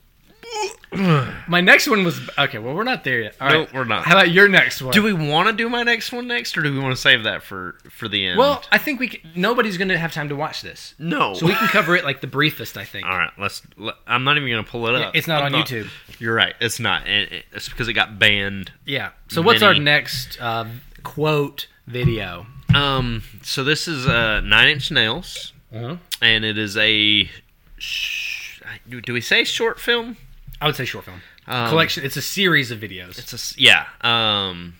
My next one was okay. Well, we're not there yet. All
No,
right.
we're not.
How about your next one?
Do we want to do my next one next, or do we want to save that for for the end?
well, I think we c nobody's going to have time to watch this,
no.
so we can cover it like the briefest. I think.
All right, let's. Let, I'm not even gonna pull it up.
it's not
I'm
on YouTube.
You're right. It's not. It, it- it's because it got banned.
Yeah. So what's our
Mini.
next uh, quote video?
Um. So this is uh Nine Inch Nails,
Uh-huh.
and it is a. Sh- do do we say short film?
I would say short film
Um,
collection. It's a series of videos.
It's a s- yeah. Um,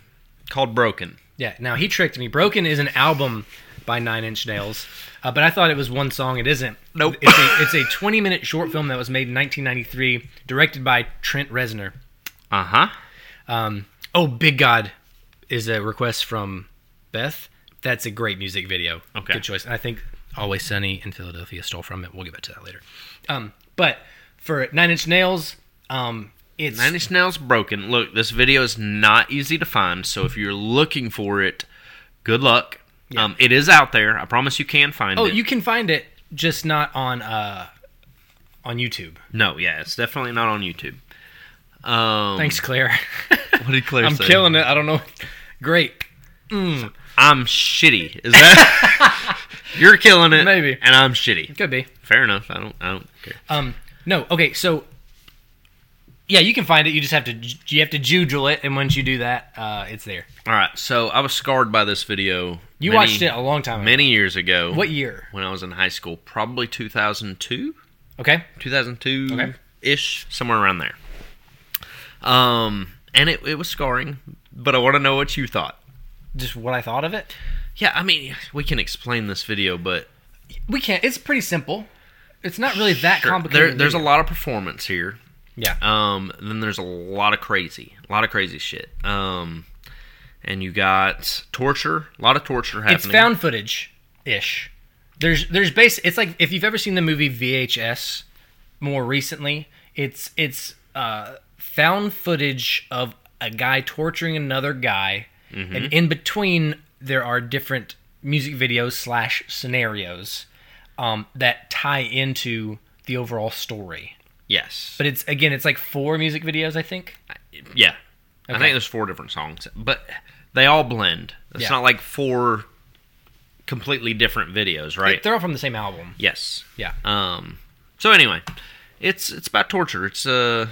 called Broken.
Yeah. Now he tricked me. Broken is an album by Nine Inch Nails, uh, but I thought it was one song. It isn't.
Nope.
It's a, it's a 20 minute short film that was made in 1993, directed by Trent Reznor.
Uh huh.
Um, oh, Big God is a request from Beth. That's a great music video.
Okay.
Good choice. And I think Always Sunny in Philadelphia stole from it. We'll get back to that later. Um, but for Nine Inch Nails, um, it's
Nine Inch Nails Broken. Look, this video is not easy to find, so if you're looking for it, good luck. Um, it is out there. I promise you can find
Oh,
it.
you can find it, just not on uh, on YouTube.
No, yeah, it's definitely not on YouTube. Um, [laughs]
Thanks, Claire. [laughs]
What did Claire
I'm
say?
killing it. I don't know. Great.
I'm shitty. Is that
[laughs]
you're killing it?
Maybe.
And I'm shitty.
Could be.
Fair enough. I don't. I don't care.
Um, no. Okay. So, yeah, you can find it. You just have to you have to judgel it, and once you do that, uh, it's there.
All right. So I was scarred by this video.
You
many-
watched it a long time ago.
many years ago.
What year?
When I was in high school, probably 2002,
Okay.
2002
Okay.
ish, somewhere around there. Um, and it it was scarring, but I want to know what you thought.
Just what I thought of it.
Yeah, I mean, we can explain this video, but
We can't. It's pretty simple. It's not really that
sure,
complicated.
there, there's a
either.
lot of performance here.
Yeah.
Um, then there's a lot of crazy, a lot of crazy shit. Um, and you got torture, a lot of torture happening.
it's found footage ish. There's there's base. It's like if you've ever seen the movie VHS more recently. It's it's uh, found footage of a guy torturing another guy,
Mm-hmm.
and in between there are different music videos slash scenarios um, that tie into the overall story.
yes,
But it's again, it's like four music videos, I think.
yeah. I
Okay.
think there's four different songs, but they all blend. It's
Yeah.
not like four completely different videos, right?
They're all from the same album.
yes.
Yeah.
Um. So anyway, it's it's about torture. It's uh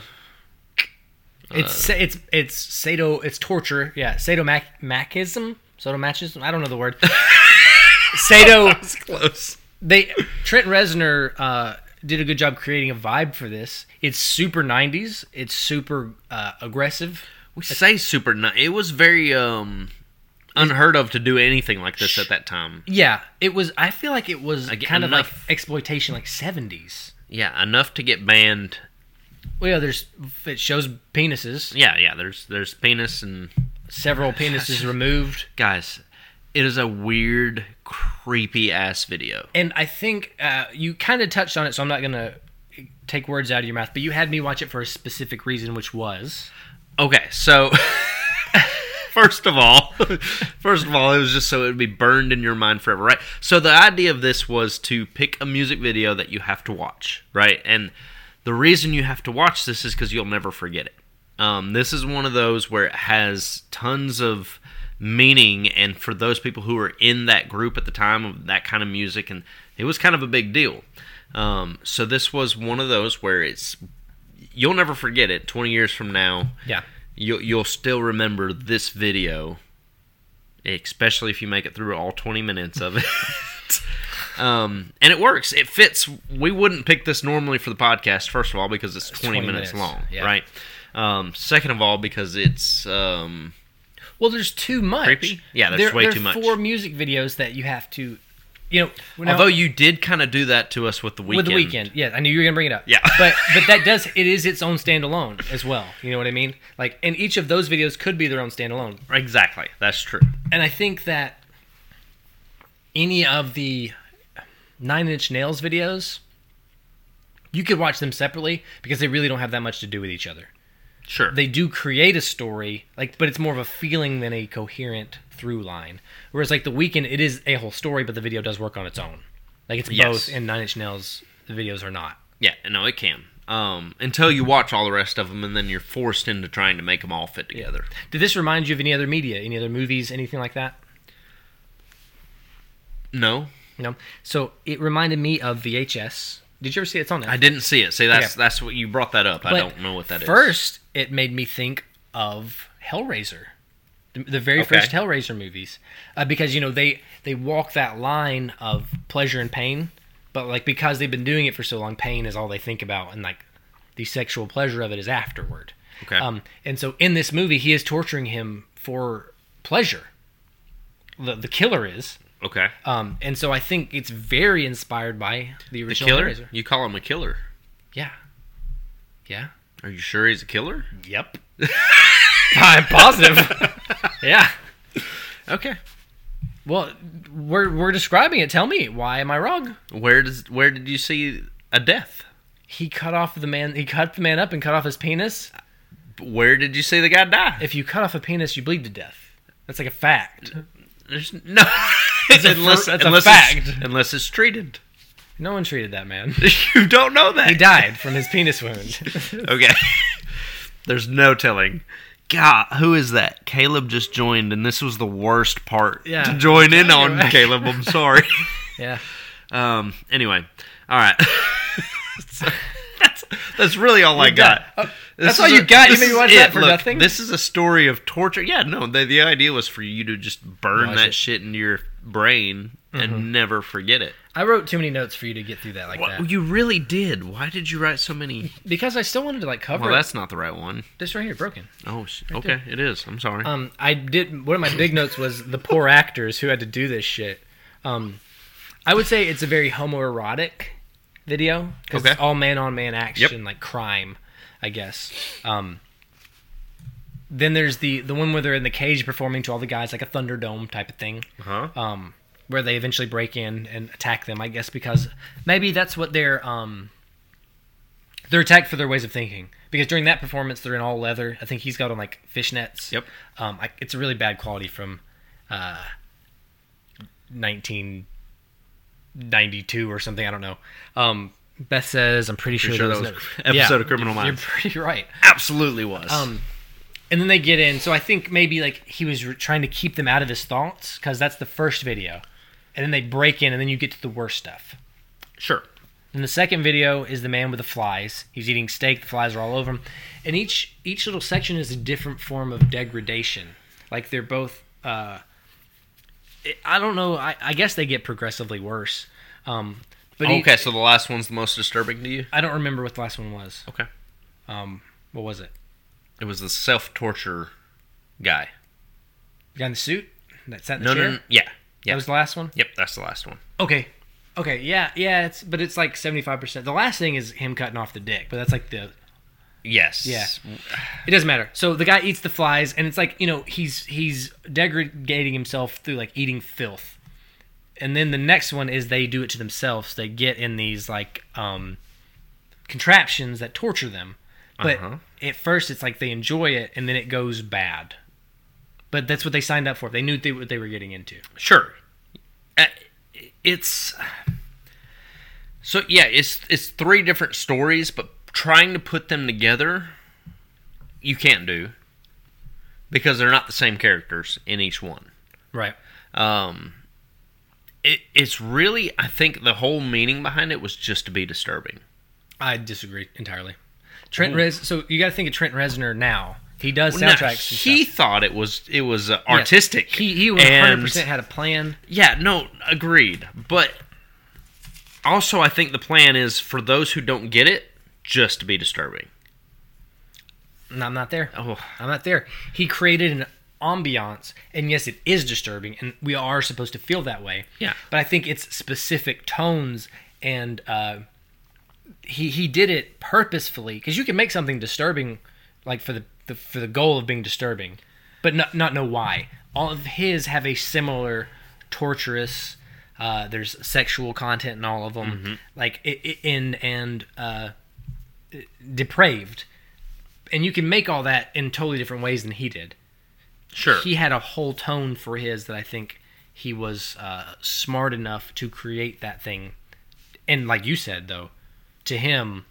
It's sa- it's it's sado it's torture. Yeah, sadomachism, sadomachism. I don't know the word. sado.
close.
They Trent Reznor uh, did a good job creating a vibe for this. It's super '90s. It's super uh, aggressive.
We say super. ni- It was very um unheard of to do anything like this at that time.
Yeah, it was. I feel like it was
Again,
kind of like
enough.
exploitation, like '70s.
Yeah, enough to get banned.
Well, yeah, there's it shows penises,
Yeah, yeah. There's there's penis and
several penises removed.
guys. It is a weird, creepy ass video.
and I think uh, you kind of touched on it, so I'm not gonna take words out of your mouth. But you had me watch it for a specific reason, which was
Okay, so [laughs] first of all, first of all, it was just so it would be burned in your mind forever, right? So the idea of this was to pick a music video that you have to watch, right? And the reason you have to watch this is because you'll never forget it. Um, this is one of those where it has tons of meaning, and for those people who were in that group at the time of that kind of music, and it was kind of a big deal. Um, so this was one of those where it's you'll never forget it 20 years from now
Yeah.
you'll, you'll still remember this video especially if you make it through all 20 minutes of
[laughs]
it um, and it works it fits we wouldn't pick this normally for the podcast first of all because it's 20,
20
minutes,
minutes,
long
yeah.
right um, second of all because it's um,
well, there's too much.
Creepy? Yeah, there's
There-
way
there are
too much.
Four music videos that you have to, you know, when
although
I,
you did kind of do that to us with the weekend
with the weekend. Yeah, I knew you were gonna bring it up.
Yeah.
but but that does it is its own standalone as well. You know what I mean? Like, and each of those videos could be their own standalone.
exactly that's true
and I think that any of the Nine Inch Nails videos, you could watch them separately because they really don't have that much to do with each other.
sure
They do create a story, like, but it's more of a feeling than a coherent through line. Whereas, like the Weekend, it is a whole story, but the video does work on its own. Like it's
Yes.
both, and Nine Inch Nails the videos are not.
Yeah, no, it can. Um, until you watch all the rest of them, and then you're forced into trying to make them all fit together.
Did this remind you of any other media, any other movies, anything like that?
No,
No. So it reminded me of VHS. Did you ever see it? It's on Netflix.
I didn't see it. See, that's
Okay.
that's what you brought that up. I
But
don't know what that is.
First, it made me think of Hellraiser, the, the very
Okay.
first Hellraiser movies, uh, because you know they they walk that line of pleasure and pain, but like because they've been doing it for so long, pain is all they think about, and like the sexual pleasure of it is afterward.
Okay.
Um, and so in this movie, he is torturing him for pleasure. The the killer is.
okay,
Um, and so I think it's very inspired by the
the
original
killer.
Hellraiser.
You call him a killer?
Yeah. Yeah.
Are you sure he's a killer?
[laughs] Yep. I'm [laughs] positive. yeah.
Okay.
Well, we're we're describing it. Tell me, why am I wrong?
Where does where did you see a death?
He cut off the man. He cut the man up and cut off his penis.
Where did you see the guy die?
If you cut off a penis, you bleed to death. That's like a fact.
There's [laughs] no.
That's a
unless,
fir- that's a
unless
fact.
It's, unless it's treated. [laughs]
No one treated that man.
you don't know that.
[laughs] He died from his penis [laughs] wound.
Okay. [laughs] There's no telling. God, who is that? Caleb just joined, and this was the worst part
Yeah.
to join in
[laughs] Yeah,
on,
you're right.
Caleb. I'm
[laughs]
sorry.
yeah.
um. Anyway, all right. [laughs] So, that's that's really all I got.
done. Oh,
This
that's all
is
you got? You
this
made me
is
watch that for
Look,
nothing?
This is a story of torture. Yeah, no. The the idea was for you to just burn
Watch
that
it.
shit into your brain and never forget it.
I wrote too many notes for you to get through that like
Wha-
that.
You really did. Why did you write so many?
Because I still wanted to like cover
Well,
it.
that's not the right one.
this right here, broken.
Oh, sh- okay. It is. I'm sorry.
Um, I did one of my big notes was the
[laughs]
poor actors who had to do this shit. Um, I would say it's a very homoerotic video because
Okay.
it's all man on man action, like crime, I guess. Um, then there's the the one where they're in the cage performing to all the guys, like a Thunderdome type of thing.
huh?
um, where they eventually break in and attack them. I guess because maybe that's what they're um, they're attacked for their ways of thinking. Because during that performance, they're in all leather. I think he's got on like fishnets.
Yep.
Um, I, it's a really bad quality from uh, nineteen ninety two or something. I don't know. Um, Beth says I'm pretty sure,
sure
there
that
no-
was episode of Criminal
You're
Minds.
pretty right.
Absolutely was.
Um, and then they get in. So I think maybe like he was re- trying to keep them out of his thoughts because that's the first video, and then they break in, and then you get to the worst stuff.
sure.
And the second video is the man with the flies. He's eating steak. The flies are all over him, and each each little section is a different form of degradation. Like they're both. Uh, I- I don't know. I, I guess they get progressively worse. Um, but each-
Okay, so the last one's the most disturbing to you.
I don't remember what the last one was.
Okay.
Um, what was it?
It was the self torture guy.
The guy in the suit that sat in the
No,
chair.
no, no, yeah,
That
yeah.
was the last one.
Yep, that's the last one.
Okay. Okay. Yeah. Yeah. It's but it's like seventy five percent. The last thing is him cutting off the dick, but that's like the.
Yes.
Yeah. It doesn't matter. So the guy eats the flies, and it's like you know he's he's degrading himself through like eating filth, and then the next one is they do it to themselves. They get in these like um, contraptions that torture them, but
Uh-huh.
at first it's like they enjoy it, and then it goes bad. But that's what they signed up for. They knew they, what they were getting into.
Sure. Uh, It's so yeah. It's it's three different stories, but trying to put them together, you can't do because they're not the same characters in each one.
Right.
um it, it's really i think the whole meaning behind it was just to be disturbing
I disagree entirely.
Mm.
Trent Rez. So you got to think of Trent Reznor now. He does
Now,
soundtracks. and
he
stuff.
thought it was it was uh, artistic
He he one
and-
hundred percent had a plan.
yeah no agreed but also i think the plan is for those who don't get it just to be disturbing
No, I'm not there.
oh
I'm not there. He created an ambiance, and yes, it is disturbing, and we are supposed to feel that way.
Yeah.
But I think it's specific tones, and uh, he he did it purposefully because you can make something disturbing, like for the, the for the goal of being disturbing, but not not know why. All of his have a similar torturous. Uh, there's sexual content in all of them, like i i in and uh, depraved and you can make all that in totally different ways than he did.
sure
He had a whole tone for his that I think he was uh, smart enough to create that thing. And like you said, though, to him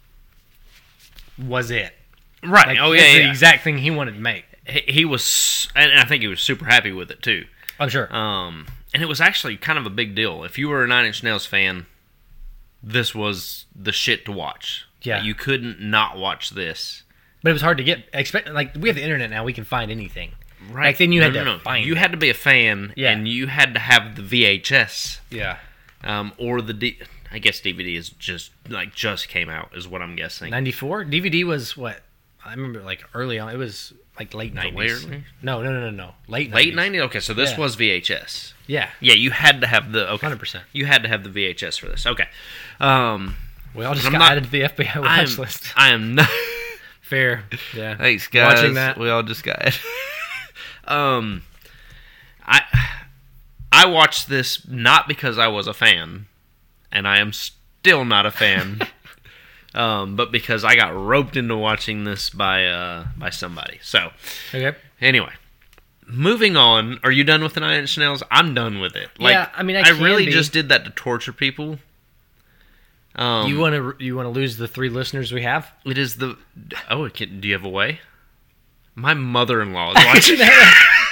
was it.
right
Like,
oh
it's
yeah,
the
yeah.
exact thing he wanted to make.
He, he was and i think he was super happy with it too
I'm sure.
Um, and it was actually kind of a big deal. If you were a Nine Inch Nails fan, this was the shit to watch.
Yeah.
you couldn't not watch this.
but it was hard to get. Expect like we have the internet now; we can find anything.
Right.
Back then, you had to find
You
it.
had to be a fan,
Yeah.
and you had to have the VHS
Yeah,
um, or the D. I guess DVD is just like just came out, is what I'm guessing.
ninety four DVD was what I remember. Like early on, it was like late nineties.
early?
No, no, no, no, no. Late
Late
90s.
'90s. Okay, so this
Yeah.
was VHS.
Yeah,
Yeah, you had to have the okay.
hundred percent.
You had to have the VHS for this. Okay. Um,
We all just
I'm
got
not-
added to the FBI watch
I'm.
list.
[laughs] I am not.
Fair. Yeah.
Thanks, guys.
Watching that.
we all just got it. [laughs] um, I I watched this not because I was a fan, and I am still not a
[laughs]
fan, um, but because I got roped into watching this by uh, by somebody. So
Okay.
anyway, moving on. Are you done with the Nine Inch Nails? I'm done with it. Like,
Yeah, I mean, I can
really
be.
just did that to torture people. Um,
you want to you want to lose the three listeners we [laughs] have?
it is the oh. It can, do you have a way? My mother-in-law is
[laughs]
watching.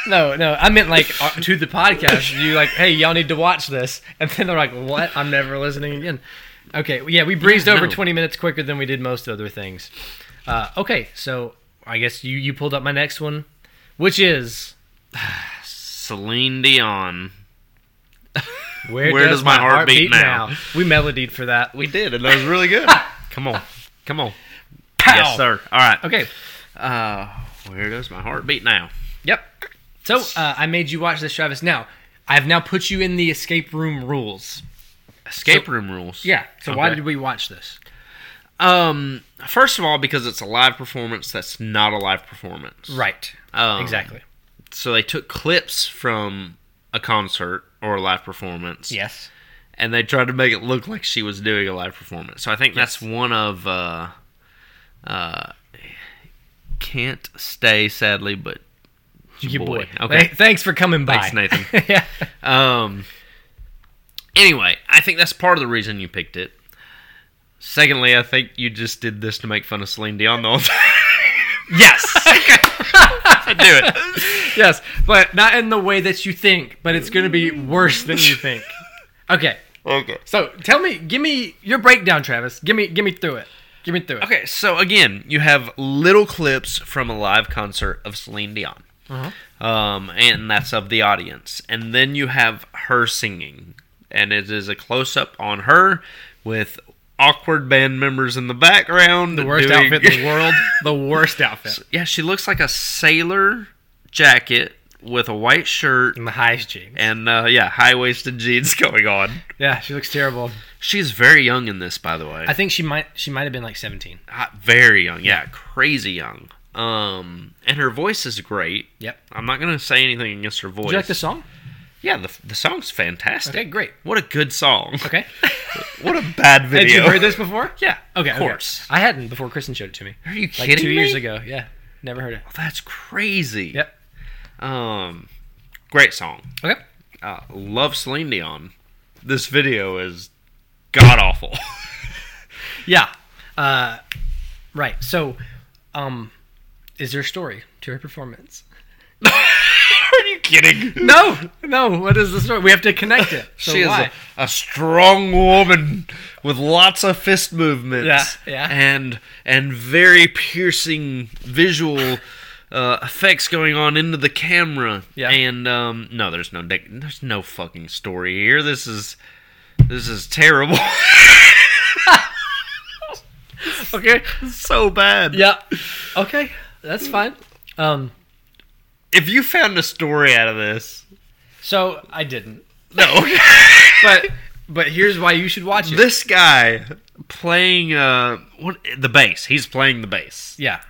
No, no, I meant like uh, to the podcast. You like, hey, y'all need to watch this, and then they're like, what? I'm never listening again. Okay, yeah, we breezed
Yeah,
over
no.
20 minutes quicker than we did most other things. Uh, okay, so I guess you you pulled up my next one, which is
Celine Dion.
where, does, my, heart, beat now? We melodied for that.
We did, and that was really
[laughs]
good. come on, come on.
Pow!
Yes, sir. All right.
Okay,
Uh, where does my heart beat now?
Yep. So uh, I made you watch this, Travis. Now I've now put you in the escape room rules.
Escape room rules.
Yeah. So why
Okay.
did we watch this?
Um, first of all, because it's a live performance that's not a live performance.
Right.
Um,
exactly.
So they took clips from a concert or a live performance.
Yes.
And they tried to make it look like she was doing a live performance. So I think that's one of uh uh can't stay sadly, but
You boy.
Okay.
[laughs] Th- thanks for coming by.
Thanks, Nathan.
[laughs] yeah.
Um. Anyway, I think that's part of the reason you picked it. Secondly, I think you just did this to make fun of Celine Dion the whole [laughs] time.
[laughs] Yes.
I do it.
yes. But not in the way that you think. But it's going to be worse than you think. [laughs] Okay.
Okay.
So tell me, give me your breakdown, Travis. Give me, give me through it. Give me through it.
Okay, so again, you have little clips from a live concert of Celine Dion.
Uh-huh.
Um, and that's of the audience. And then you have her singing. And it is a close up on her with awkward band members in the background.
The worst
doing- [laughs]
outfit in [laughs] the world. The worst outfit.
Yeah, she looks like a sailor jacket with a white shirt
In the highest jeans.
and uh, yeah, high waisted jeans [laughs] going on.
Yeah, she looks terrible.
She's very young in this, by the way.
I think she might, she might have been like 17.
Uh, very young, yeah, crazy young. Um, and her voice is great.
Yep.
I'm not gonna say anything against her voice.
Do you like the song?
Yeah, the, the song's fantastic.
Okay, great.
What a good song.
[laughs] Okay.
[laughs] What a bad
Had
video.
you heard this before?
Yeah.
Okay.
Of
okay.
course.
I hadn't before Kristen showed it to me.
[laughs] Are you
Like
kidding
two years
me?
ago. Yeah. Never heard it.
That's crazy.
Yep.
Um, great song.
Okay.
uh, love Celine Dion. This video is god [laughs] awful.
Yeah. Uh, right. So, um, is there a story to her performance?
Are you kidding?
No. No. What is the story? We have to connect [laughs] it. So
she
why?
is a, a strong woman with lots of fist movements.
Yeah, yeah.
And and very piercing visual uh, effects going on into the camera.
Yeah.
And um, no, there's no dick, there's no fucking story here. This is this is terrible. [laughs]
[laughs]
okay, so bad.
yeah. Okay. That's fine. Um.
If you found a story out of
[laughs]
this,
So I didn't,
no.
but but here's why you should watch it.
this guy playing uh what the bass he's playing the bass
yeah.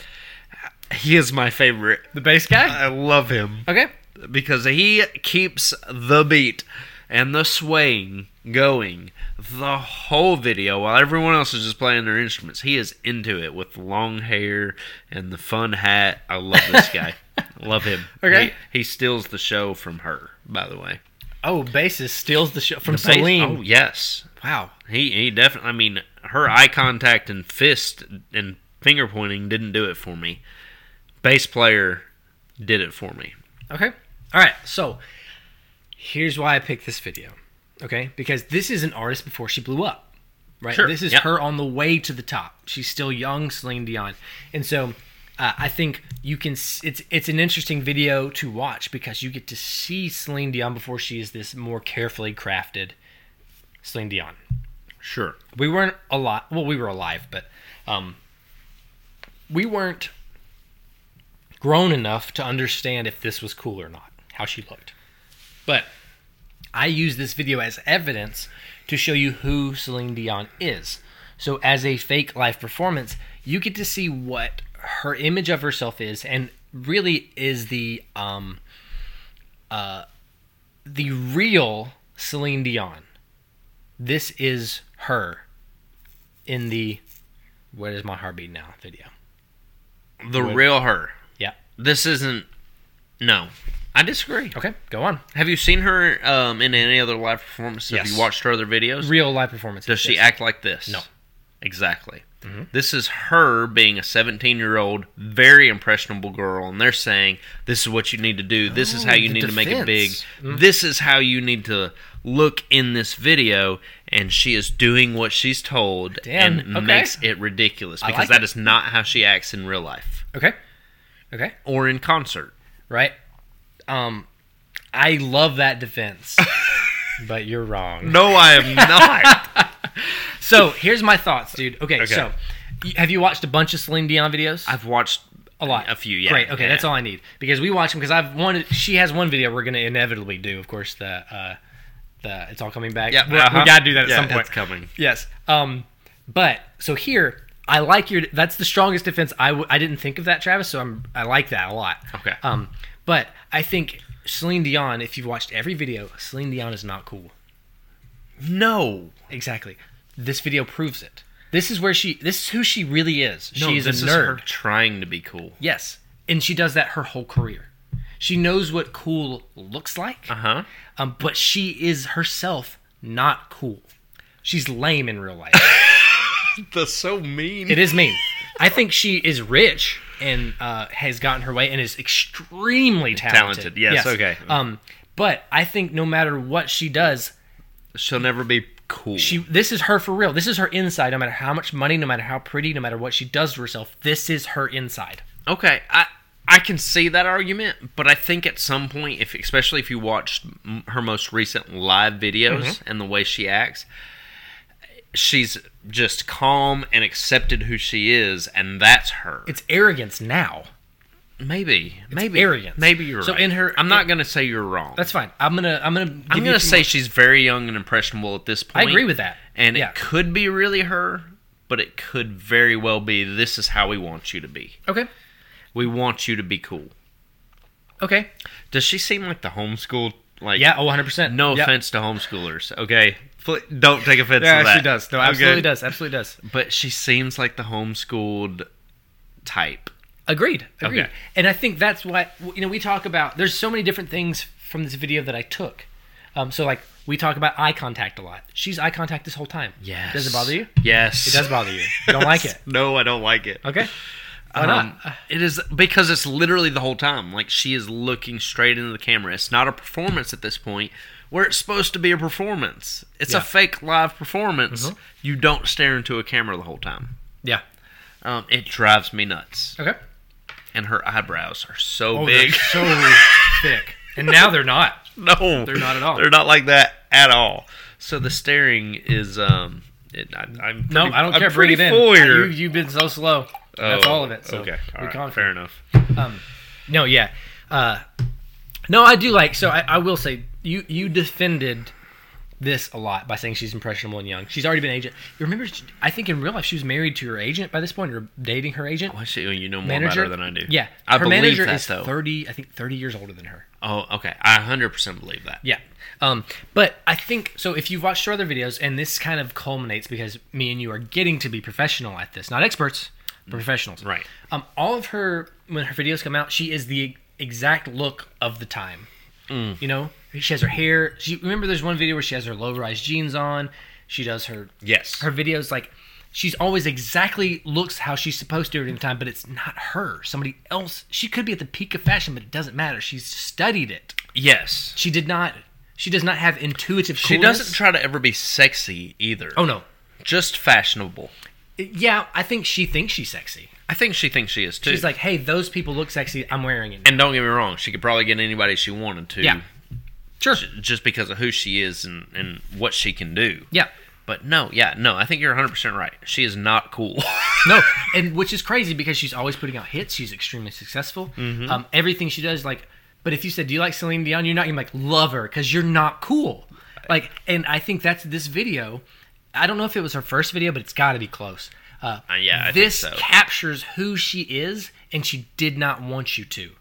he is my favorite
The bass guy.
i love him
Okay.
because he keeps the beat and the swaying going the whole video while everyone else is just playing their instruments he is into it with long hair and the fun hat i love this
[laughs]
guy love him
Okay.
he, he steals the show from her by the way
Oh, bassist steals the show from
Bass-
Celine.
oh yes
Wow.
He he definitely. I mean, her eye contact and fist and finger pointing didn't do it for me. Bass player did it for me.
Okay. All right. So here's why I picked this video. Okay. Because this is an artist before she blew up, right?
Sure,
This is
yeah.
her on the way to the top. She's still young, Celine Dion. And so uh, I think you can, s- it's, it's an interesting video to watch because you get to see Celine Dion before she is this more carefully crafted Celine Dion.
Sure.
We weren't alive. Well, we were alive, but um, we weren't grown enough to understand if this was cool or not, how she looked. But I use this video as evidence to show you who Celine Dion is. So, as a fake live performance, you get to see what her image of herself is, and really is the um, uh, the real Celine Dion this is her in the where is my heartbeat now video
The real her.
yeah
This isn't. No. I disagree.
Okay, go on.
Have you seen her um, in any other live performances? Have
Yes.
you watched her other videos?
Real live performance.
Does she act like this?
No. Mm-hmm.
Exactly. This is her being a 17 year old, very impressionable girl, and they're saying, This is what you need to do. This is how
Oh,
you
the
need to make it big.
defense. Mm-hmm.
This is how you need to look in this video. And she is doing what she's told
Damn,
and
okay.
makes it ridiculous because
like
that
it.
is not how she acts in real life
Okay. Okay.
or in concert.
Right. Um, I love that
[laughs]
defense, but you're wrong.
No, I am [laughs] not.
So here's my thoughts, dude. Okay.
Okay.
So, y- have you watched a bunch of Celine Dion videos?
I've watched
a lot.
a few, yeah.
Great. Okay,
Yeah,
that's
yeah.
all I need because we watch them because I've one. She has one video we're gonna inevitably do, of course. The uh, the it's all coming back.
Yeah,
we,
uh-huh.
we gotta do that at
Yeah,
some point.
it's coming.
Yes. Um, but so here I like your. That's the strongest defense. I w- I didn't think of that, Travis. So I'm I like that a lot.
Okay.
Um, but I think Celine Dion. If you've watched every video, Celine Dion is not cool.
No.
Exactly. This video proves it. This is where she. This is who she really is.
No,
she is
this
a
is
nerd.
her trying to be cool.
Yes. And she does that her whole career. She knows what cool looks like,
Uh huh.
um, but she is herself not cool. She's lame in real life.
That's so mean.
it is mean. I think she is rich and uh, has gotten her way and is extremely talented.
Talented, yes, okay.
Um, but I think no matter what she does,
She'll never be cool.
she this is her for real. This is her inside. No matter how much money, no matter how pretty, no matter what she does to herself, this is her inside.
Okay, I I can see that argument, but I think at some point, if especially if you watched m- her most recent live videos
Mm-hmm.
and the way she acts, she's just calm and accepted who she is, and that's her.
It's arrogance now.
maybe, maybe
arrogance.
Maybe you're
So
right.
in her-
I'm not gonna say you're wrong.
That's fine. I'm gonna I'm gonna give
I'm
you
gonna
some
say she's very young and impressionable at this
I
point.
agree with that.
and
yeah.
it could be really her, but it could very well be this is how we want you to be.
okay.
We want you to be cool.
Okay.
Does she seem like the homeschool? Like
Yeah. Oh, 100 percent.
No offense to homeschoolers, okay? Fl- Don't take offense
Yeah,
to that.
she does. No, absolutely
Okay?
does. Absolutely does.
But she seems like the homeschooled type.
Agreed. Agreed.
Okay.
And I think that's what you know. We talk about. There's so many different things from this video that I took. Um, so like we talk about eye contact a lot. She's eye contact this whole time.
Yes.
Does it bother you?
Yes.
It does bother you. You don't like it.
No, I don't like it. [laughs]
Okay. Why
Um,
not?
it is because it's literally the whole time. Like she is looking straight into the camera. It's not a performance at this point. Where it's supposed to be a performance. It's
Yeah. Mm-hmm.
a fake live performance. You don't stare into a camera the whole time.
Yeah.
Um, it drives me nuts.
Okay.
And her eyebrows are so
Oh, they're
big. [laughs]
so [laughs] thick. And now they're not.
No,
They're not at all.
They're not like that at all. So the staring is um. It, I, I'm
No,
pretty-
I don't
I'm
care. Bring
Pretty
it in.
full
You,
here.
you've been so slow. That's
Oh,
all of it. So
okay, all
we
right,
can't-
fair enough.
Um, no, yeah. Uh, no, I do like. So I, I will say you you defended this a lot by saying she's impressionable and young. She's already been agent. You remember? she- I think in real life she was married to her agent by this point, or dating her agent.
Why should you know more
Manager
about her Oh, than I do?
Yeah,
I
her
believe
manager
that
is
though.
thirty. I think thirty years older than her.
oh, okay. I 100 percent believe that.
Yeah. Um, but I think so. If you've watched her other videos, and this kind of culminates because me and you are getting to be professional at this, not experts, but professionals.
Right.
Um, all of her when her videos come out, she is the exact look of the time. You know, she has her hair. She remember there's one video where she has her low rise jeans on. She does her
Yes.
her videos like she's always exactly looks how she's supposed to during the time, but it's not her. Somebody else. She could be at the peak of fashion, but it doesn't matter. She's studied it.
yes.
She did not. She does not have intuitive.
She
coolness.
doesn't try to ever be sexy either.
oh no.
just fashionable.
Yeah, I think she thinks she's sexy.
I think she thinks she is too.
She's like, hey, those people look sexy. I'm wearing it.
and don't get me wrong, she could probably get anybody she wanted to.
Yeah. Sure.
j- Just because of who she is and, and what she can do.
Yeah.
But no, yeah, no, I think you're 100% right. She is not cool. [laughs]
No, and which is crazy because she's always putting out hits. She's extremely successful.
Mm-hmm.
Um, everything she does, like, but if you said, "Do you like Celine Dion?" You're not gonna be like love her because you're not cool. Like, and I think that's this video. I don't know if it was her first video, but it's got to be close. Uh,
Uh, yeah, I think
this
so.
captures who she is, and she did not want you to.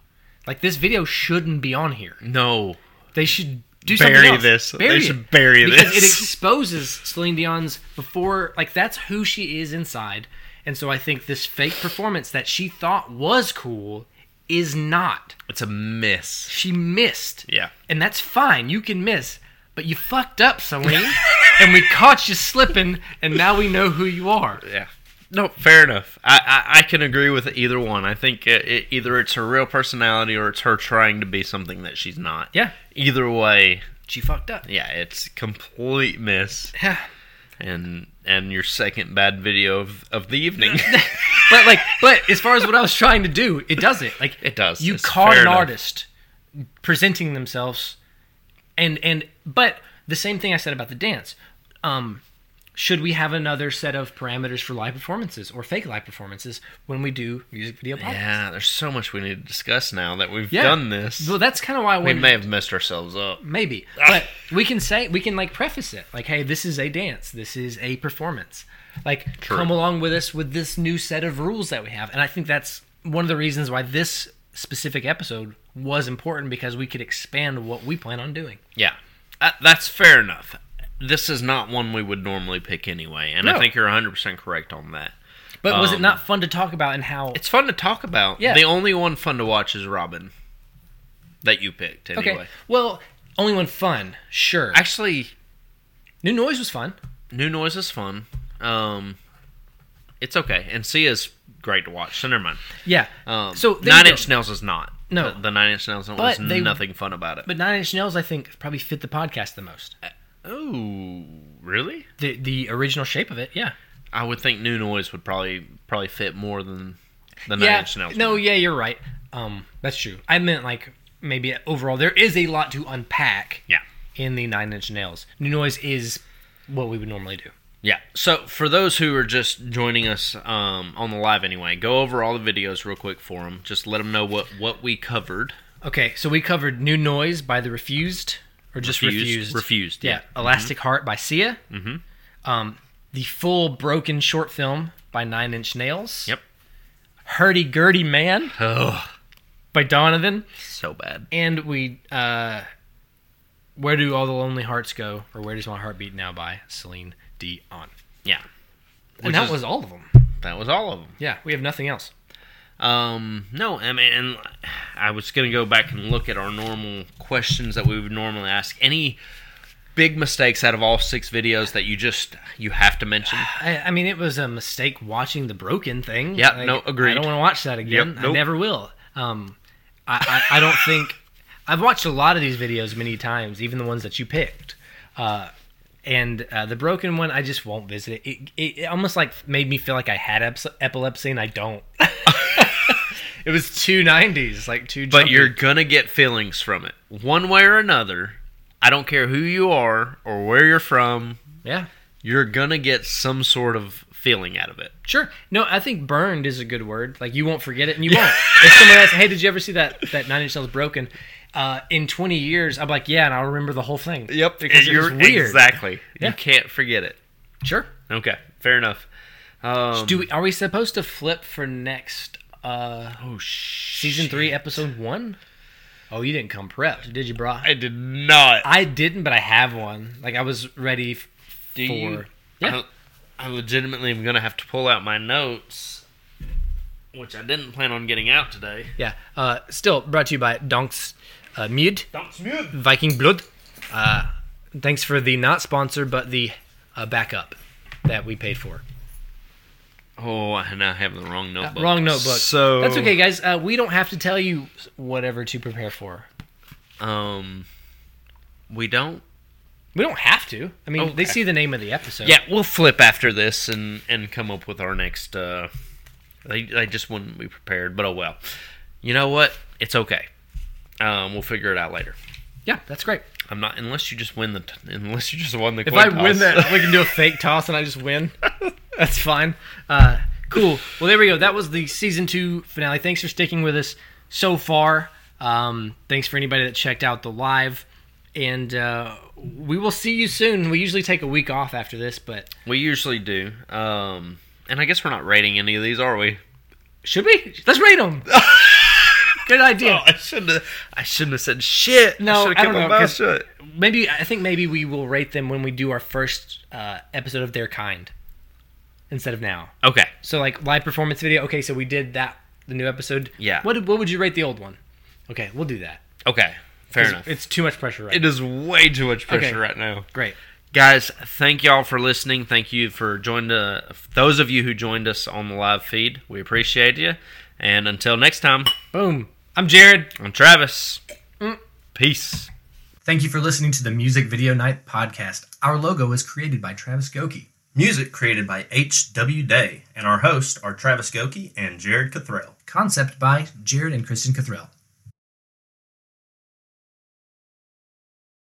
Like, this video shouldn't be on here.
No.
They should do
Bury
something else.
this. They should
it.
bury
because
this.
It exposes Celine Dion's before, like that's who she is inside, and so I think this fake performance that she thought was cool is not.
It's a miss.
She missed.
Yeah.
And that's fine. You can miss. But you fucked up, Celine. and we caught you slipping, and now we know who
[laughs]
you are.
Yeah. No, fair enough. I, I, I can agree with either one. I think it, it, either it's her real personality or it's her trying to be something that she's not.
Yeah.
Either way,
She fucked up.
yeah, it's complete miss.
Yeah.
And and your second bad video of, of the
[laughs]
evening.
But like, but as far as what I was trying to do, it does it. Like
It does.
You
It's
caught
fair
an
enough.
artist presenting themselves, and and but the same thing I said about the dance. Um, should we have another set of parameters for live performances or fake live performances when we do music video podcasts?
yeah, there's so much we need to discuss now that we've
Yeah.
done this.
Well, that's kind of why I
We
wanted.
may have messed ourselves up.
Maybe,
Ah.
but we can say we can like preface it like, "Hey, this is a dance. This is a performance. Like,
True.
come along with us with this new set of rules that we have." And I think that's one of the reasons why this specific episode was important because we could expand what we plan on doing.
Yeah, Uh, that's fair enough. This is not one we would normally pick anyway, and I
No.
think you're 100% correct on that.
But was it
Um,
not fun to talk about and how?
It's fun to talk about.
Yeah.
The only one fun to watch is Robin that you picked
okay,
anyway.
well, only one fun, sure.
Actually,
new noise was fun.
New Noise is fun. Um, it's okay. And Sia is great to watch, so never mind.
Yeah.
Um,
so there you
Nine
go.
Inch Nails is not.
No.
The, the Nine Inch Nails one
But
was
they-
nothing fun about it.
but Nine Inch Nails, I think, probably fit the podcast the most.
oh, really?
The the original shape of it, yeah.
I would think New Noise would probably probably fit more than the Nine Inch Nails.
No,
one.
yeah, you're right. Um, that's true. I meant like maybe overall there is a lot to unpack
Yeah.
in the Nine Inch Nails. New Noise is what we would normally do.
Yeah. So for those who are just joining us um, on the live anyway, go over all the videos real quick for them. Just let them know what what we covered.
Okay, so we covered New Noise by the Refused or just Refused.
Refused. Refused,
Yeah.
yeah.
Elastic Heart by Sia. Mm-hmm. Um, the full Broken short film by Nine Inch Nails.
Yep.
Hurdy Gurdy Man
Oh,
by Donovan.
so bad.
And we uh Where Do All the Lonely Hearts Go? or Where Does My Heart Beat Now by Celine Dion.
Yeah.
And
Which
that
is-
was all of them.
That was all of them.
Yeah, we have nothing else.
Um, no, I mean, and I was gonna go back and look at our normal questions that we would normally ask. Any big mistakes out of all six videos that you just you have to
[sighs]
mention?
I, I mean, it was a mistake watching the broken thing.
Yeah, no,
I
agreed.
don't want to watch that again.
Yep,
I
nope.
never will. Um, I, I, I don't [laughs] think I've watched a lot of these videos many times, even the ones that you picked. Uh, and uh, the broken one, I just won't visit it. It, it. it almost like made me feel like I had eps- epilepsy, and I don't. [laughs] it was two nineties, like two.
But you're gonna get feelings from it, one way or another. I don't care who you are or where you're from.
yeah.
You're gonna get some sort of feeling out of it.
Sure. No, I think burned is a good word. Like you won't forget it, and you won't. if someone asks, "Hey, did you ever see that that Nine Inch Nails broken?" Uh, in 20 years, I'm like, "Yeah," and I'll remember the whole thing. because it was
you're
weird.
exactly.
Yeah.
You can't forget it.
Sure.
Okay, fair enough. Um,
Do we, are we supposed to flip for next uh,
oh sh-
season three, episode one? Oh, you didn't come prepped, did you, bro? I,
I did not.
didn't, but I have one. Like I was ready. F-
Do
for,
you?
Yeah.
I, I legitimately am gonna have to pull out my notes, which I didn't plan on getting out today.
Yeah. Uh, still brought to you by Donks uh, Mud.
Don't smooth.
Viking Blood. Uh, thanks for the not sponsor, but the uh, backup that we paid for.
Oh, and I have the Uh, wrong notebook.
Wrong notebook.
So
that's okay, guys. Uh, we don't have to tell you whatever to prepare for.
Um, we don't.
We don't have to. I mean, they
Okay.
see the name of the episode.
Yeah, we'll flip after this and and come up with our next. Uh, they they just wouldn't be prepared, but oh well. You know what? It's okay. Um, we'll figure it out later.
yeah, that's great.
I'm not unless you just win the t- unless you just won the.
If
coin
I win
toss.
that, we can do a fake toss and I just win. That's fine. Uh, cool. Well, there we go. That was the season two finale. Thanks for sticking with us so far. Um, thanks for anybody that checked out the live. And uh, we will see you soon. We usually take a week off after this, but
we usually do. Um, and I guess we're not rating any of these, are
[laughs]
we?
should we? Let's rate them. Good idea.
I shouldn't. Have, I shouldn't have said shit.
Oh, No,
should've
I
kept
don't
my
know,
mouth
'cause-
shut.
Maybe I think maybe we will rate them when we do our first uh, episode of their kind instead of now.
Okay.
So like live performance video. Okay, so we did that the new episode.
Yeah.
What what would you rate the old one? Okay, we'll do that.
Okay, fair
'Cause
enough.
It's too much pressure right
It
now.
is way too much pressure
Okay.
right now.
Great.
Guys, thank y'all for listening. Thank you for joining uh, those of you who joined us on the live feed. We appreciate you. And until next time,
Boom. I'm Jared.
I'm Travis.
Mm.
Peace.
Thank you for listening to the Music Video Night podcast. Our logo was created by Travis Goki.
Music created by H.W. Day, and our hosts are Travis Goki and Jared Cathrell.
Concept by Jared and Kristen Cathrell.